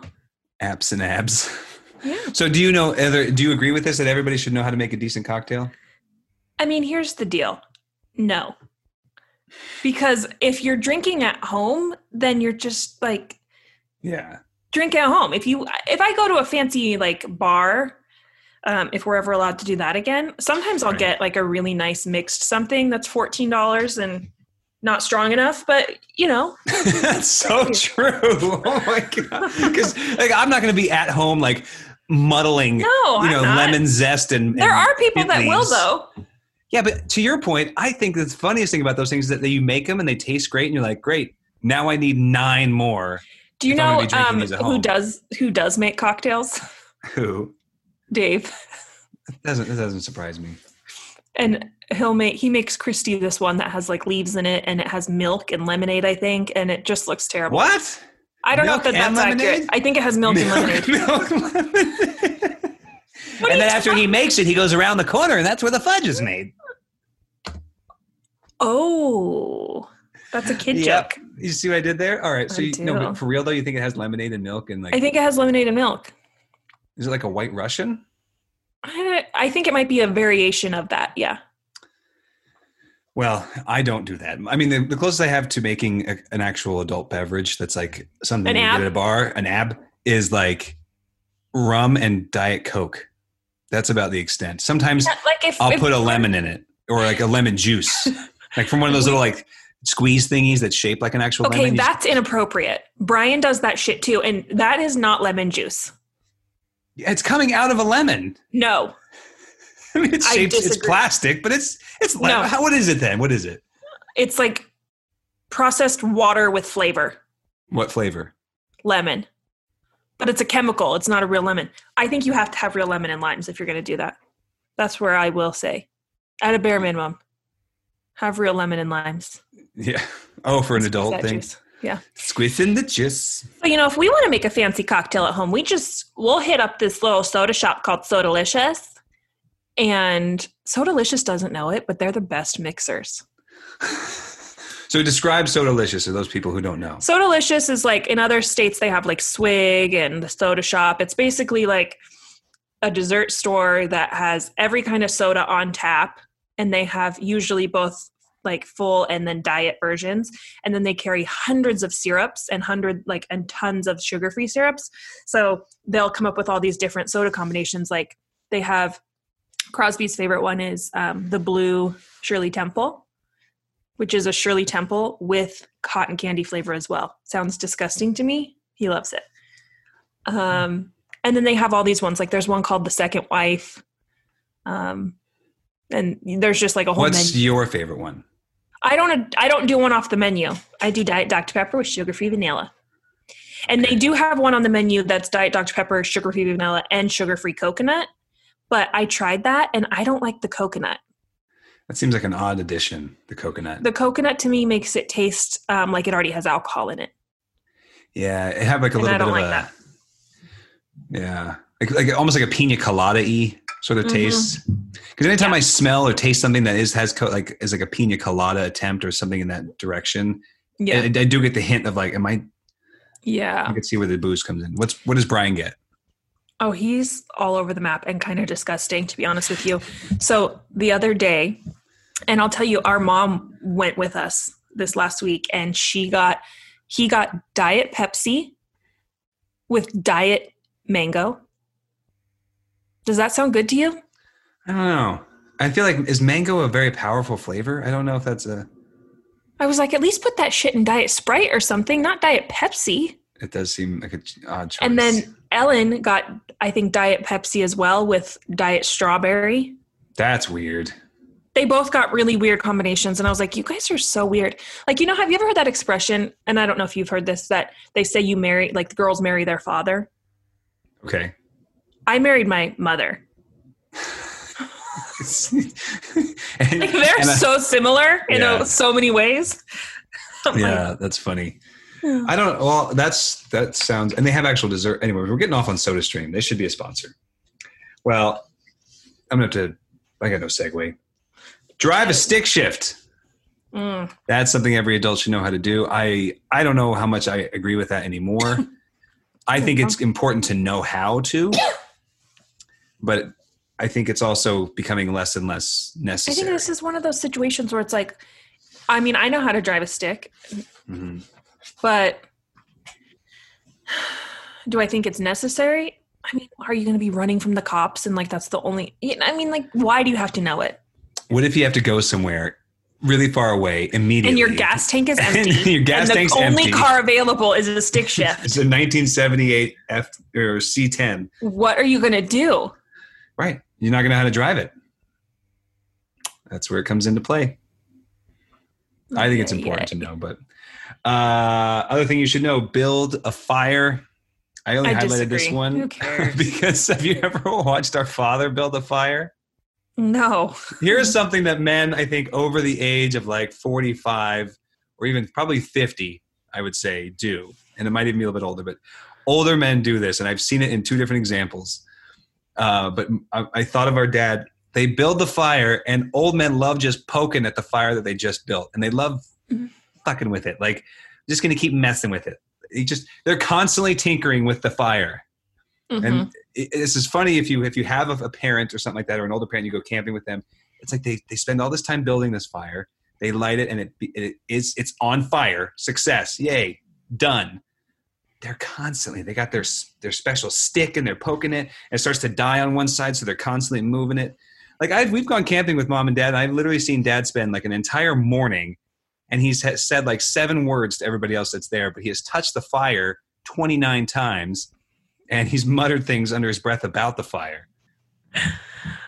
apps and abs. (laughs) Yeah. So do you know either do you agree with this that everybody should know how to make a decent cocktail? I mean, here's the deal. No. Because if you're drinking at home, then you're just like Yeah. drink at home. If you if I go to a fancy like bar, um, if we're ever allowed to do that again, sometimes I'll Right. get like a really nice mixed something that's fourteen dollars and not strong enough, but you know, (laughs) That's so true. (laughs) Oh my god. Because like I'm not going to be at home like muddling, no, you know, I'm not. lemon zest and. There and are people mint that will leaves. though. Yeah, but to your point, I think the funniest thing about those things is that you make them and they taste great, and you're like, great. Now I need nine more. Do you If I'm know gonna be drinking um, these at who home. does who does make cocktails? (laughs) Who Dave. doesn't? That doesn't surprise me. And he'll make he makes Christy this one that has like leaves in it and it has milk and lemonade, I think, and it just looks terrible. What? I don't Milk know if that, and that's accurate. lemonade? I think it has (laughs) milk and lemonade. Milk lemonade. What are and you then after he talking- makes it, he goes around the corner, and that's where the fudge is made. Oh, that's a kid Yep. joke. You see what I did there? All right. So I you, no, do. but for real though, you think it has lemonade and milk, and like I think it has lemonade and milk. is it like a White Russian? I, I think it might be a variation of that. Yeah. Well, I don't do that. I mean, the, the closest I have to making a, an actual adult beverage that's like something An you ab? get at a bar, an ab, is like rum and Diet Coke. That's about the extent. Sometimes Yeah, Like if, I'll if- put a lemon in it or like a lemon juice, (laughs) like from one of those little like squeeze thingies that's shaped like an actual okay, lemon. You just- that's inappropriate. Brian does that shit too, and that is not lemon juice. it's coming out of a lemon. (laughs) No, I mean, it's I shaped, it's disagree. plastic, but it's it's le- No. how what is it then? What is it? it's like processed water with flavor, What flavor? lemon. But it's a chemical. It's not a real lemon. I think you have to have real lemon and limes if you're going to do that. That's where I will say, at a bare minimum, have real lemon and limes. Yeah. (laughs) Oh, for an adult That thing. juice. Yeah. Squeezing the juice. (laughs) But you know, if we want to make a fancy cocktail at home, we just we'll hit up this little soda shop called Sodalicious. And Sodalicious doesn't know it, but they're the best mixers. So describe so delicious to those people who don't know. Sodalicious is like in other states they have like Swig and the Soda Shop. It's basically like a dessert store that has every kind of soda on tap and they have usually both like full and then diet versions and then they carry hundreds of syrups and hundred like and tons of sugar-free syrups. So they'll come up with all these different soda combinations like they have Crosby's favorite one is um, the blue Shirley Temple which is a Shirley Temple with cotton candy flavor as well. Sounds disgusting to me. He loves it. Um, and then they have all these ones. Like there's one called the Second Wife. Um, and there's just like a whole What's menu. your favorite one? I don't I don't do one off the menu. I do Diet Dr Pepper with sugar free vanilla. And they do have one on the menu that's Diet Dr Pepper, sugar free vanilla, and sugar free coconut. But I tried that and I don't like the coconut. That seems like an odd addition, the coconut. The coconut to me makes it taste um, like it already has alcohol in it. yeah, it had like a And little I don't bit like of a that. Yeah. Like, like almost like a pina colada y sort of Mm-hmm. taste. Because anytime I smell or taste something that is has co- like is like a pina colada attempt or something in that direction, Yeah. I, I do get the hint of like, am I? I Yeah. can see where the booze comes in. What's what does Brian get? Oh, he's all over the map and kind of disgusting, to be honest with you. So the other day, and I'll tell you, our mom went with us this last week and she got, he got Diet Pepsi with Diet Mango. Does that sound good to you? I don't know. I feel like is mango a very powerful flavor? I don't know if that's a. I was like, at least put that shit in Diet Sprite or something, not Diet Pepsi. It does seem like an odd choice. And then Ellen got, I think, Diet Pepsi as well with Diet Strawberry. that's weird. They both got really weird combinations. And I was like, you guys are so weird. Like, you know, have you ever heard that expression? And I don't know if you've heard this that they say you marry, like, the girls marry their father. Okay. (laughs) I married my mother. (laughs) and, Like, they're and I- so similar in Yeah. a, so many ways. (laughs) I'm like, yeah, that's funny. I don't. Well, that's that sounds, and they have actual dessert. Anyway, we're getting off on SodaStream. They should be a sponsor. Well, I'm gonna have to. I got no segue. Drive a stick shift. mm. That's something every adult should know how to do. I I don't know how much I agree with that anymore. (laughs) I think it's important to know how to, but I think it's also becoming less and less I necessary. think this is one of those situations where it's like, Mm-hmm. I mean, I know how to drive a stick, Mhm. but (sighs) Do I think it's necessary? I mean, are you going to be running from the cops and like that's the only? you know, I mean, like, why do you have to know it? What if you have to go somewhere really far away immediately? And your (laughs) gas tank is And empty. your gas and the tank's only empty. car available is a (laughs) stick shift. It's a 1978 F or C10. what are you going to do? Right. You're not going to know how to drive it. That's where it comes into play. I think it's Okay, important to know, but uh, other thing you should know: build a fire. I only I highlighted this disagree. one Who cares? (laughs) because have you ever watched our father build a fire? No. Here's something that men, I think, over the age of like 45 or even probably 50, I would say, do. And it might even be a little bit older, but older men do this. And I've seen it in two different examples. Uh, but I, I thought of our dad. They build the fire, and old men love just poking at the fire that they just built. And they love fucking with it. Like, just going to keep messing with it. They just They're constantly tinkering with the fire Mhm. and it, this is funny if you if you have a, a parent or something like that or an older parent you go camping with them it's like they, they spend all this time building this fire they light it and it, be- it is it's on fire success yay done they're constantly they got their s- their special stick and they're poking it and it starts to die on one side so they're constantly moving it like I've, we've gone camping with mom and dad and i've literally seen dad spend like an entire morning and he's ha- said like seven words to everybody else that's there but he has touched the fire 29 times and he's muttered things under his breath about the fire.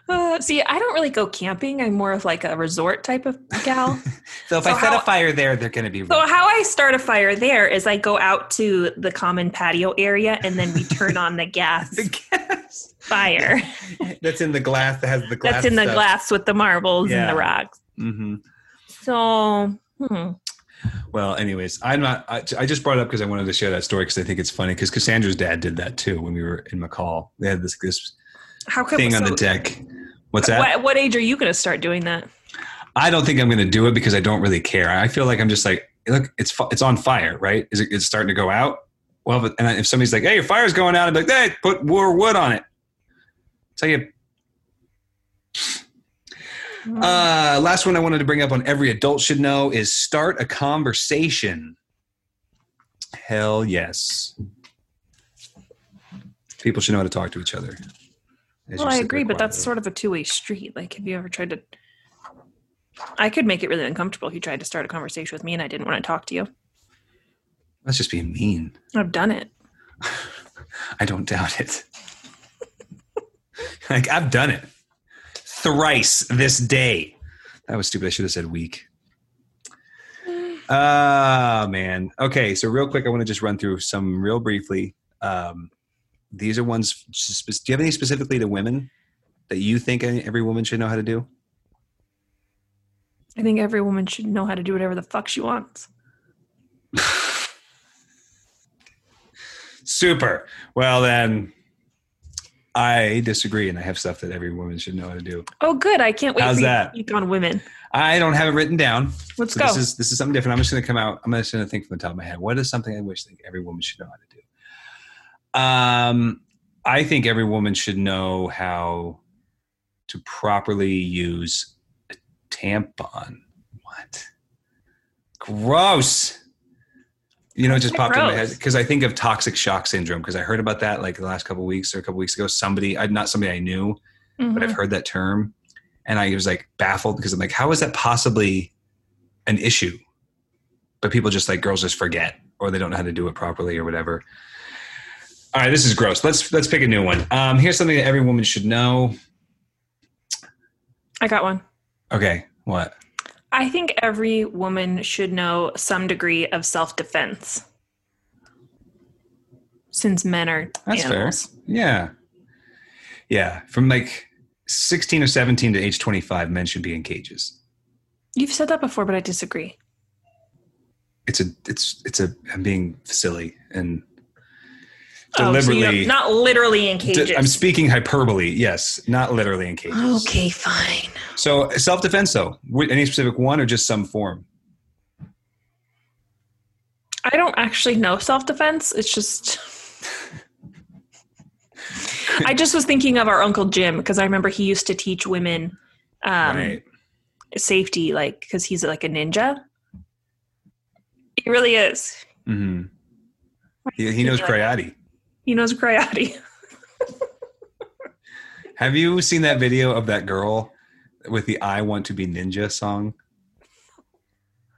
Uh, see, I don't really go camping. I'm more of like a resort type of (laughs) gal. So if So I set how- a fire there, they're going to be. So how I start a fire there is I go out to the common patio area and then we turn on (laughs) the gas the gas fire that's in the glass that has the glass. (laughs) that's in the stuff. glass with the marbles and Yeah. the rocks. Mhm. So hmm. Well, anyways, I'm not. I, I just brought it up because I wanted to share that story because I think it's funny because Cassandra's dad did that too when we were in McCall. They had this this how come thing on so- the deck. What's that? What, what age are you going to start doing that? I don't think I'm going to do it because I don't really care. I feel like I'm just like, look, it's fi- it's on fire, right? Is it it's starting to go out? Well, but, and I- if somebody's like, hey, your fire's going out, I'm like, hey, put more wood on it. It's like a- Uh, last one I wanted to bring up on every adult should know is start a conversation. Hell yes. People should know how to talk to each other. As you Well, I sit agree, there but that's quietly. sort of a two-way street. Like, have you ever tried to? I could make it really uncomfortable if you tried to start a conversation with me and I didn't want to talk to you. that's just being mean. I've done it. I don't doubt it. (laughs) like I've done it thrice this day. That was stupid. I should have said week. Ah man. Okay, so real quick, I want to just run through some real briefly. Um, these are ones. spe- Do you have any specifically to women that you think any- every woman should know how to do? I think every woman should know how to do whatever the fuck she wants. Super. Well then, I disagree, and I have stuff that every woman should know how to do. Oh, good! I can't wait How's for you that? to speak on women. I don't have it written down. Let's So go. this is this is something different. I'm just going to come out. I'm just going to think from the top of my head. What is something I wish that every woman should know how to do? Um, I think every woman should know how to properly use a tampon. What? Gross. You know, it just Why popped in my head gross? because I think of toxic shock syndrome because I heard about that like the last couple weeks or a couple weeks ago. Somebody, I not somebody I knew, Mm-hmm. but I've heard that term. And I was like baffled because I'm like, how is that possibly an issue? But people just like girls just forget or they don't know how to do it properly or whatever. All right, this is gross. Let's let's pick a new one. Um, here's something that every woman should know. I got one. Okay, what? I think every woman should know some degree of self-defense, since men are That's animals. fair. Yeah. Yeah. From like 16 or 17 to age 25, men should be in cages. You've said that before, but I disagree. Oh, It's a it's it's a I'm being silly and Oh, so you don't- deliberately not literally in D- cages. I'm speaking hyperbole. Yes, not literally in cages. okay, fine. So self defense, though, with any specific one or just some form. I don't actually know self defense. It's just. (laughs) I just was thinking of our Uncle Jim because I remember he used to teach women um, right. safety, like, because he's like a ninja. He really is. hmm Why do He, he knows Yeah. karate. He knows karate. (laughs) Have you seen that video of that girl with the I Want to Be Ninja song?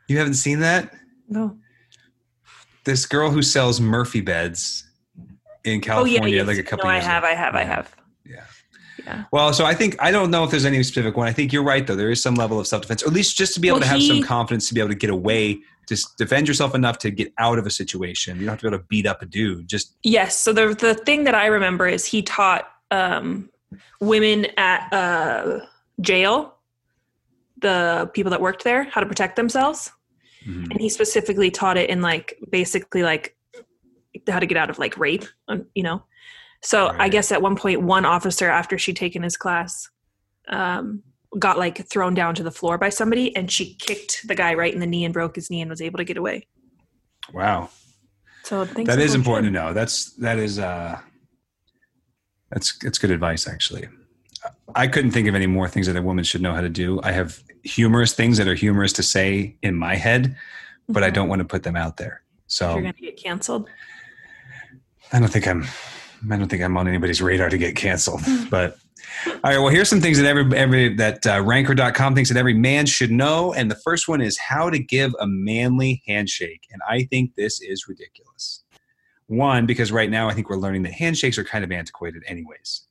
You haven't seen that? No. This girl who sells Murphy beds in California yes. like a couple no, years I have, ago. I have, I have. Yeah. Yeah. Well, so I think I don't know if there's any specific one. I think you're right though. There is some level of self defense, or at least just to be able Well, to have some he- confidence to be able to get away, to s- defend yourself enough to get out of a situation. You don't have to be able to beat up a dude. Just Yes. So the the thing that I remember is he taught um, women at uh, jail, the people that worked there, how to protect themselves, mhm. and he specifically taught it in like basically like how to get out of like rape, um, you know. So I Right. guess at one point, one officer after she'd taken his class. Um, got like thrown down to the floor by somebody and she kicked the guy right in the knee and broke his knee and was able to get away wow. so thanks That to is Coach important Ed. to know. That's that is uh that's that's good advice actually. I couldn't think of any more things that a woman should know how to do. I have humorous things that are humorous to say in my head, but I don't want to put them out there. So you're mm-hmm, gonna get canceled I don't think I'm I don't think I'm on anybody's radar to get canceled. (laughs) But all right, well here's some things that every every that uh, ranker.com thinks that every man should know and the first one is how to give a manly handshake and I think this is ridiculous. One because right now I think we're learning that handshakes are kind of antiquated anyways.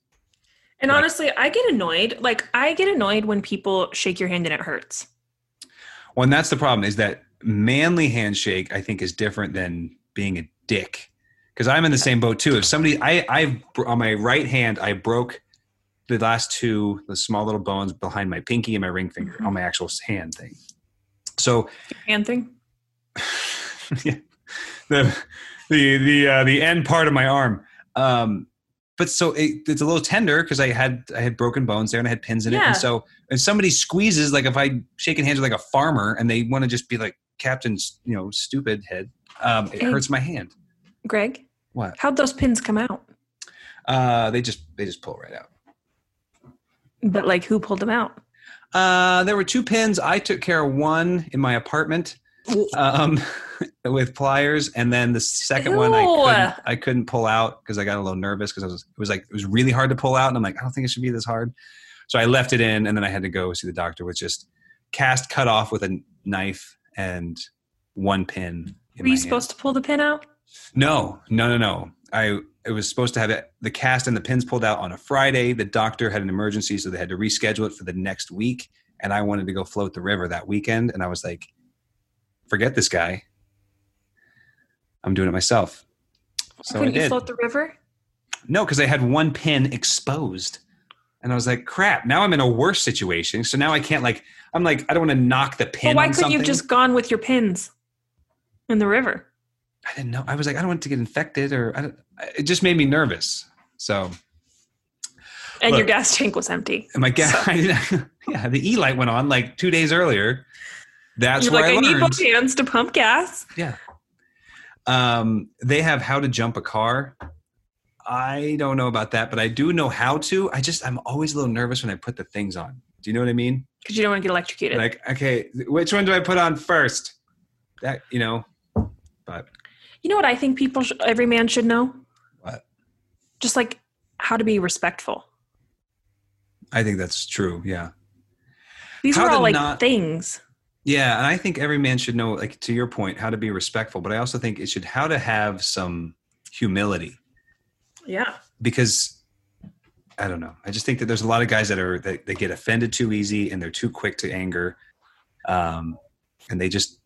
And Like- honestly, I get annoyed. Like I get annoyed when people shake your hand and it hurts. Well, and that's the problem is that manly handshake I think is different than being a dick. Cuz I'm in the same boat too. If somebody I I on my right hand I broke the last two the small little bones behind my pinky and my ring finger on my actual hand thing. So Hand thing. yeah. (laughs) the the the uh, the end part of my arm. Um, but so it, it's a little tender because I had I had broken bones there and I had pins in it. Yeah. And so if somebody squeezes, like if I shaking hands with like a farmer and they want to just be like Captain's, you know, stupid head, um, it Hey. hurts my hand. Greg, What? how'd those pins come out? Uh, they just they just pull right out. But like who pulled them out? Uh, there were two pins. I took care of one in my apartment um, (laughs) with pliers, and then the second one I Ew. couldn't, I couldn't pull out because I got a little nervous because I was it was like it was really hard to pull out, and I'm like I don't think it should be this hard, so I left it in, and then I had to go see the doctor with just cast cut off with a knife and one pin. In Were my you hand. supposed to pull the pin out? No, no, no, no. I it was supposed to have it, the cast and the pins pulled out on a Friday. The doctor had an emergency, so they had to reschedule it for the next week. And I wanted to go float the river that weekend, and I was like, "Forget this guy. I'm doing it myself." So I Couldn't you did. float the river? no, because I had one pin exposed, and I was like, "Crap!" Now I'm in a worse situation. So now I can't like I'm like I don't want to knock the pin. But why on couldn't you have something. just gone with your pins in the river? I didn't know. I was like, I don't want to get infected, or I don't, it just made me nervous. So And your Look. gas tank was empty. And my gas, (laughs) I didn't, yeah, the E light went on like two days earlier. That's You're where like, I, I need learned. both hands to pump gas. Um, they have how to jump a car. I don't know about that, but I do know how to. I just I'm always a little nervous when I put the things on. Do you know what I mean? Because you don't want to get electrocuted. Like, okay, which one do I put on first? That you know, but you know what I think people sh- every man should know? What? Just like how to be respectful. I think that's true. Yeah, These How are to all like not- things. yeah, and I think every man should know, like to your point, how to be respectful. But I also think it should how to have some humility. Yeah. because I don't know. I just think that there's a lot of guys that are that they get offended too easy and they're too quick to anger, um, and they just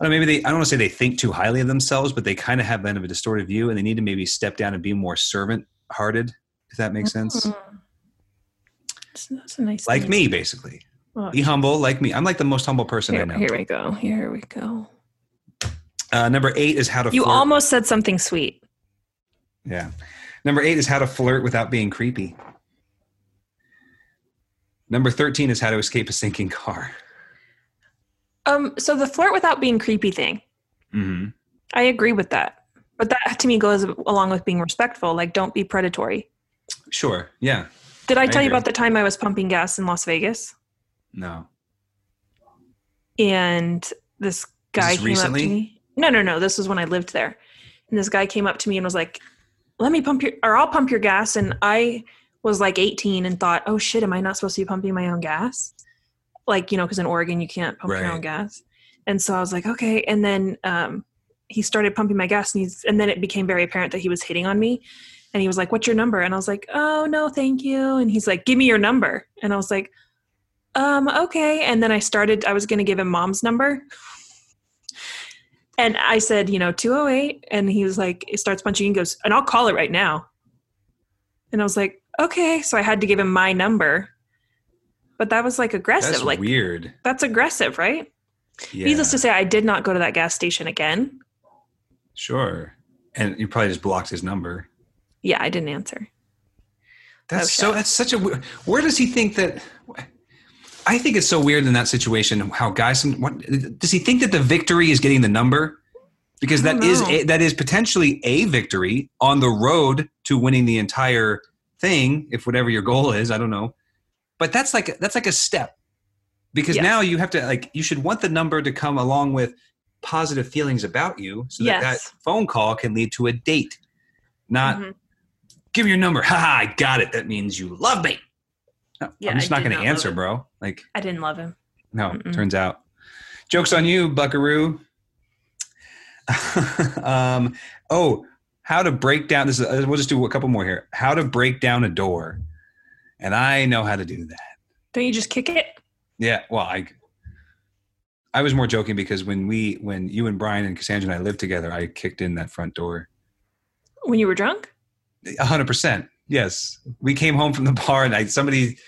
I don't know, maybe they I don't want to say they think too highly of themselves, but they kind of have kind of a distorted view, and they need to maybe step down and be more servant hearted. If that makes sense, Hmm. Mm-hmm. That's, that's a nice like thing. me, basically, Oh, be humble, like me. I'm like the most humble person I here, know. here we go. Here we go. Uh, number eight is how to You flirt. almost said something sweet. Yeah. Number eight is how to flirt without being creepy. Number thirteen is how to escape a sinking car. Um, so the flirt without being creepy thing, Mm-hmm. I agree with that. But that to me goes along with being respectful. Like, don't be predatory. Sure. Yeah. Did I, tell you agree. about the time I was pumping gas in Las Vegas No. and this guy this came up recently? to me? No, no, no. This was when I lived there, And this guy came up to me and was like, "Let me pump your or I'll pump your gas." And I was like 18 and thought, "Oh shit, am I not supposed to be pumping my own gas?" Like you know, because in Oregon you can't pump your Right. own gas. And so I was like, "Okay." And then um, he started pumping my gas, and he's and then it became very apparent that he was hitting on me. And he was like, "What's your number?" And I was like, "Oh no, thank you." And he's like, "Give me your number." And I was like, "Um, okay." And then I started. I was going to give him mom's number, and I said, "You know, 208." And he was like, "It starts punching." and goes, "And I'll call it right now." And I was like, "Okay." So I had to give him my number, but that was like aggressive. That's like weird. that's aggressive, right? Yeah, Needless to say, I did not go to that gas station again. sure. And you probably just blocked his number. Yeah, I didn't answer. That's Okay. so. That's such a. we- Where does he think that? I think it's so weird in that situation how guys. some- What does he think that the victory is getting the number? Because I that don't is know. a, that is potentially a victory on the road to winning the entire thing, if whatever your goal is. I don't know, but that's like that's like a step because Yes. now you have to like you should want the number to come along with positive feelings about you, so that that Yes. phone call can lead to a date, not Mhm. give me your number. Ha ha, I got it. That means you love me. No, Yeah, I'm just I not did going not to love answer, it. bro. Like, I didn't love him. no, Mm-mm. turns out. Joke's on you, buckaroo. (laughs) um, oh, how to break down this is, uh, we'll just do a couple more here. How to break down a door. And I know how to do that. Don't you just kick it? Yeah, well, I I was more joking because when we when you and Brian and Cassandra and I lived together, I kicked in that front door When you were drunk? A hundred percent. Yes, we came home from the bar, and I somebody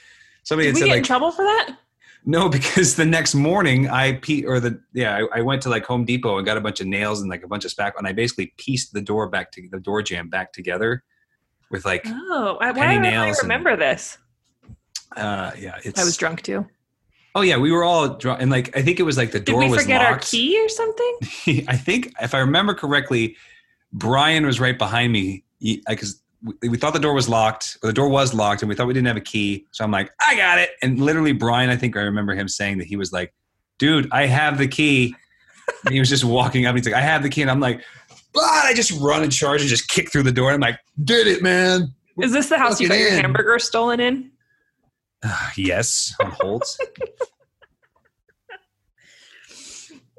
somebody had Did we said get in like trouble for that? no, (laughs) because the next morning I pe or the yeah I, I went to like Home Depot and got a bunch of nails and like a bunch of spackle, and I basically pieced the door back to the door jam back together with like Oh, I, why Penny don't I nails and- remember this? uh yeah it's Oh. I was drunk too. oh yeah we were all drunk and like I think it was like the Did door we was forget our locked. key or something? (laughs) I think if I remember correctly, Brian was right behind me because we, we thought the door was locked, or the door was locked, and we thought we didn't have a key. So I'm like, I got it. And literally, Brian, I think I remember him saying that he was like, "Dude, I have the key." and he was just walking up. He's like, "I have the key," and I'm like, "But I just run and charge and just kick through the door." I'm like, "Did it, man?" (sighs) Is this the house you Fuck got it your in. hamburger stolen in? yes, on Holt.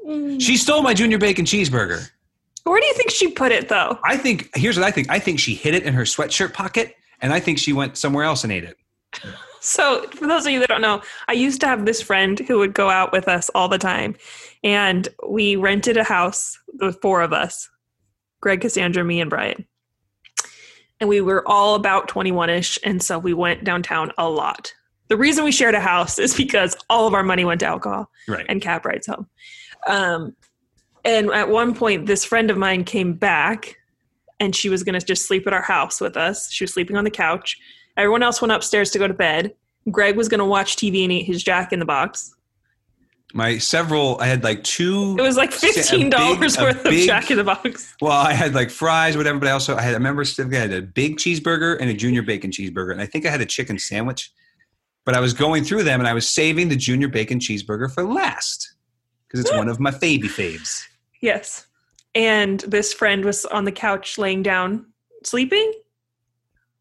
Mm. she stole my junior bacon cheeseburger. Where do you think she put it though? I think here's what I think. I think she hid it in her sweatshirt pocket, and I think she went somewhere else and ate it. So, for those of you that don't know, I used to have this friend who would go out with us all the time, and we rented a house, the four of us Greg, Cassandra, me, and Brian. And we were all about 21 ish, and so we went downtown a lot. The reason we shared a house is because all of our money went to alcohol. Right. and cab rides home. Um, and at one point, this friend of mine came back and she was going to just sleep at our house with us. She was sleeping on the couch. Everyone else went upstairs to go to bed. Greg was going to watch TV and eat his Jack in the Box. my several i had like two It was like Shit, a big- fifteen dollars a worth big- of Jack in the Box. well i had like fries whatever but i also i had i remember specifically i had a big cheeseburger and a junior bacon cheeseburger and i think i had a chicken sandwich but i was going through them and i was saving the junior bacon cheeseburger for last because it's one of my favy faves Yes, and this friend was on the couch laying down, sleeping,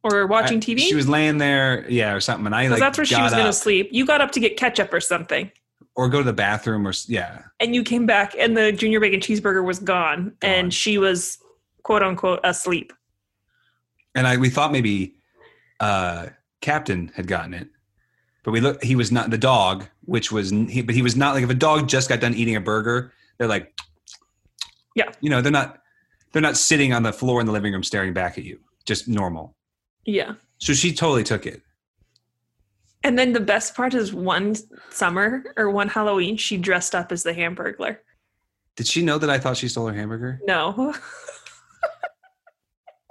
or watching I- TV. she was laying there yeah or something and i 'Cause like that's where she was got going to up sleep. You got up to get ketchup or something. or go to the bathroom or s- yeah and you came back and the junior bacon cheeseburger was gone, Gone. and she was quote unquote asleep and i we thought maybe uh captain had gotten it but we look he was not the dog which was he, but he was not like if a dog just got done eating a burger they're like Yeah. you know they're not they're not sitting on the floor in the living room staring back at you just normal yeah so she totally took it and then the best part is one summer or one halloween she dressed up as the hamburglar did she know that i thought she stole her hamburger no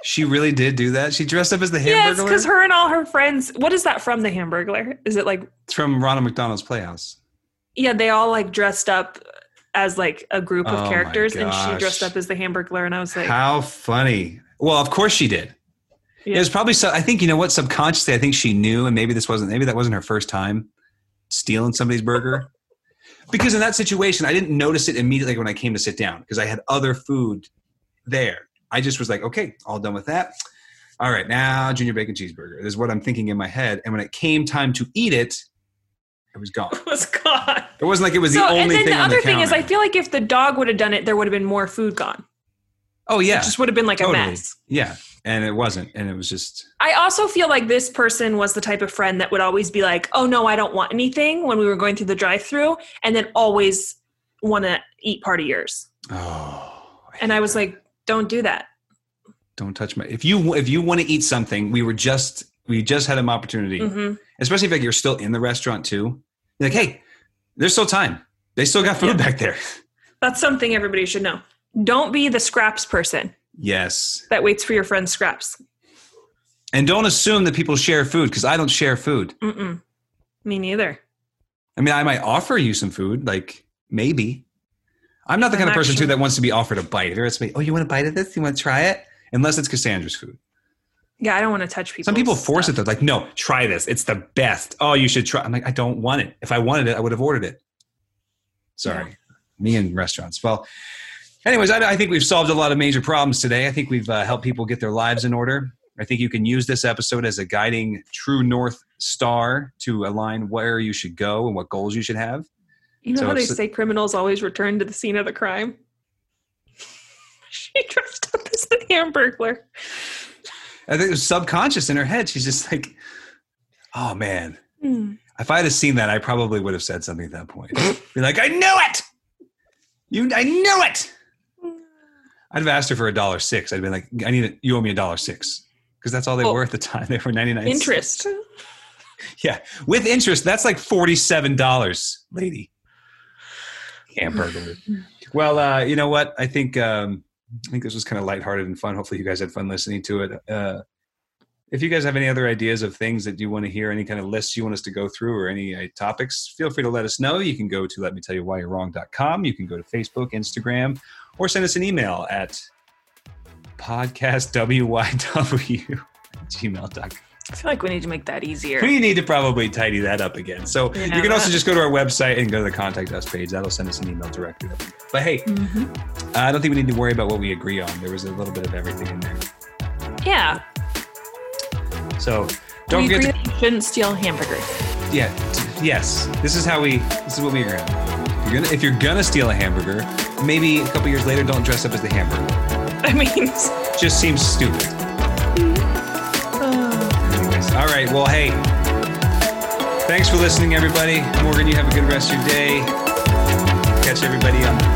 she really did do that she dressed up as the yes hamburger because her and all her friends what is that from the hamburglar is it like it's from ronald mcdonald's playhouse yeah they all like dressed up as like a group Oh of my characters and she gosh. dressed up as the hamburglar and i was (laughs) like how funny well of course she did It Yeah. was probably so. I think you know what subconsciously. I think she knew, and maybe this wasn't. Maybe that wasn't her first time stealing somebody's burger. because in that situation, I didn't notice it immediately when I came to sit down because I had other food there. I just was like, okay, all done with that. All right, now junior bacon cheeseburger is what I'm thinking in my head. And when it came time to eat it, it was gone. was gone. It wasn't like it was So, the only and then thing the on other thing is, I counter. feel like if the dog would have done it, there would have been more food gone. oh yeah, It just would have been like totally. a mess. yeah, and it wasn't, and it was just I also feel like this person was the type of friend that would always be like, "Oh no, I don't want anything" when we were going through the drive-through, and then always want to eat part of yours. oh. And I was like. like, "Don't do that." don't touch my if you if you want to eat something we were just we just had an opportunity hmm especially if like you're still in the restaurant too You're like hey there's still time they still got food back there That's something everybody should know. Don't be the scraps person yes that waits for your friend's scraps. and don't assume that people share food because i don't share food Mm-mm. Me neither. i mean i might offer you some food like maybe i'm not the kind I'm of person too actually- that wants to be offered a bite if it's me oh you want a bite of this you want to try it unless it's cassandra's food Yeah, I don't want to touch people. some people force it though like no try this it's the best oh you should try i'm like i don't want it if i wanted it i would have ordered it sorry me and restaurants well anyways I, I think we've solved a lot of major problems today i think we've uh, helped people get their lives in order i think you can use this episode as a guiding true north star to align where you should go and what goals you should have You know So how they it's- say criminals always return to the scene of the crime? (laughs) she dressed up as the Hamburglar. i think it was subconscious in her head she's just like oh man Hmm. If I had seen that, I probably would have said something at that point. Be like, I knew it. You, I knew it. I'd have asked her for a dollar six. I'd been like, I need it. You owe me a dollar six because that's all they Oh. were at the time. They were ninety nine. Interest. Yeah, with interest, that's like forty seven dollars, lady. Hamburger. well, uh, you know what? I think um, I think this was kind of lighthearted and fun. Hopefully, you guys had fun listening to it. Uh, if you guys have any other ideas of things that you want to hear, any kind of lists you want us to go through, or any uh, topics, feel free to let us know. You can go to letmetellyouwhyyourewrong.com. You can go to Facebook, Instagram, or send us an email at podcastwyw gmail.com. I feel like we need to make that easier. We need to probably tidy that up again. So Yeah. you can also just go to our website and go to the contact us page. That'll send us an email directly. But hey, Mhm. I don't think we need to worry about what we agree on. There was a little bit of everything in there. Yeah. So don't we forget agree that you shouldn't steal hamburgers. (laughs) to yeah t- yes. This is how we this is what we agree on. If you're gonna if you're gonna steal a hamburger, maybe a couple years later, don't dress up as the hamburger. I mean, Just seems stupid. Anyways, all right. Well, hey. Thanks for listening, everybody. Morgan, you have a good rest of your day. Catch everybody on the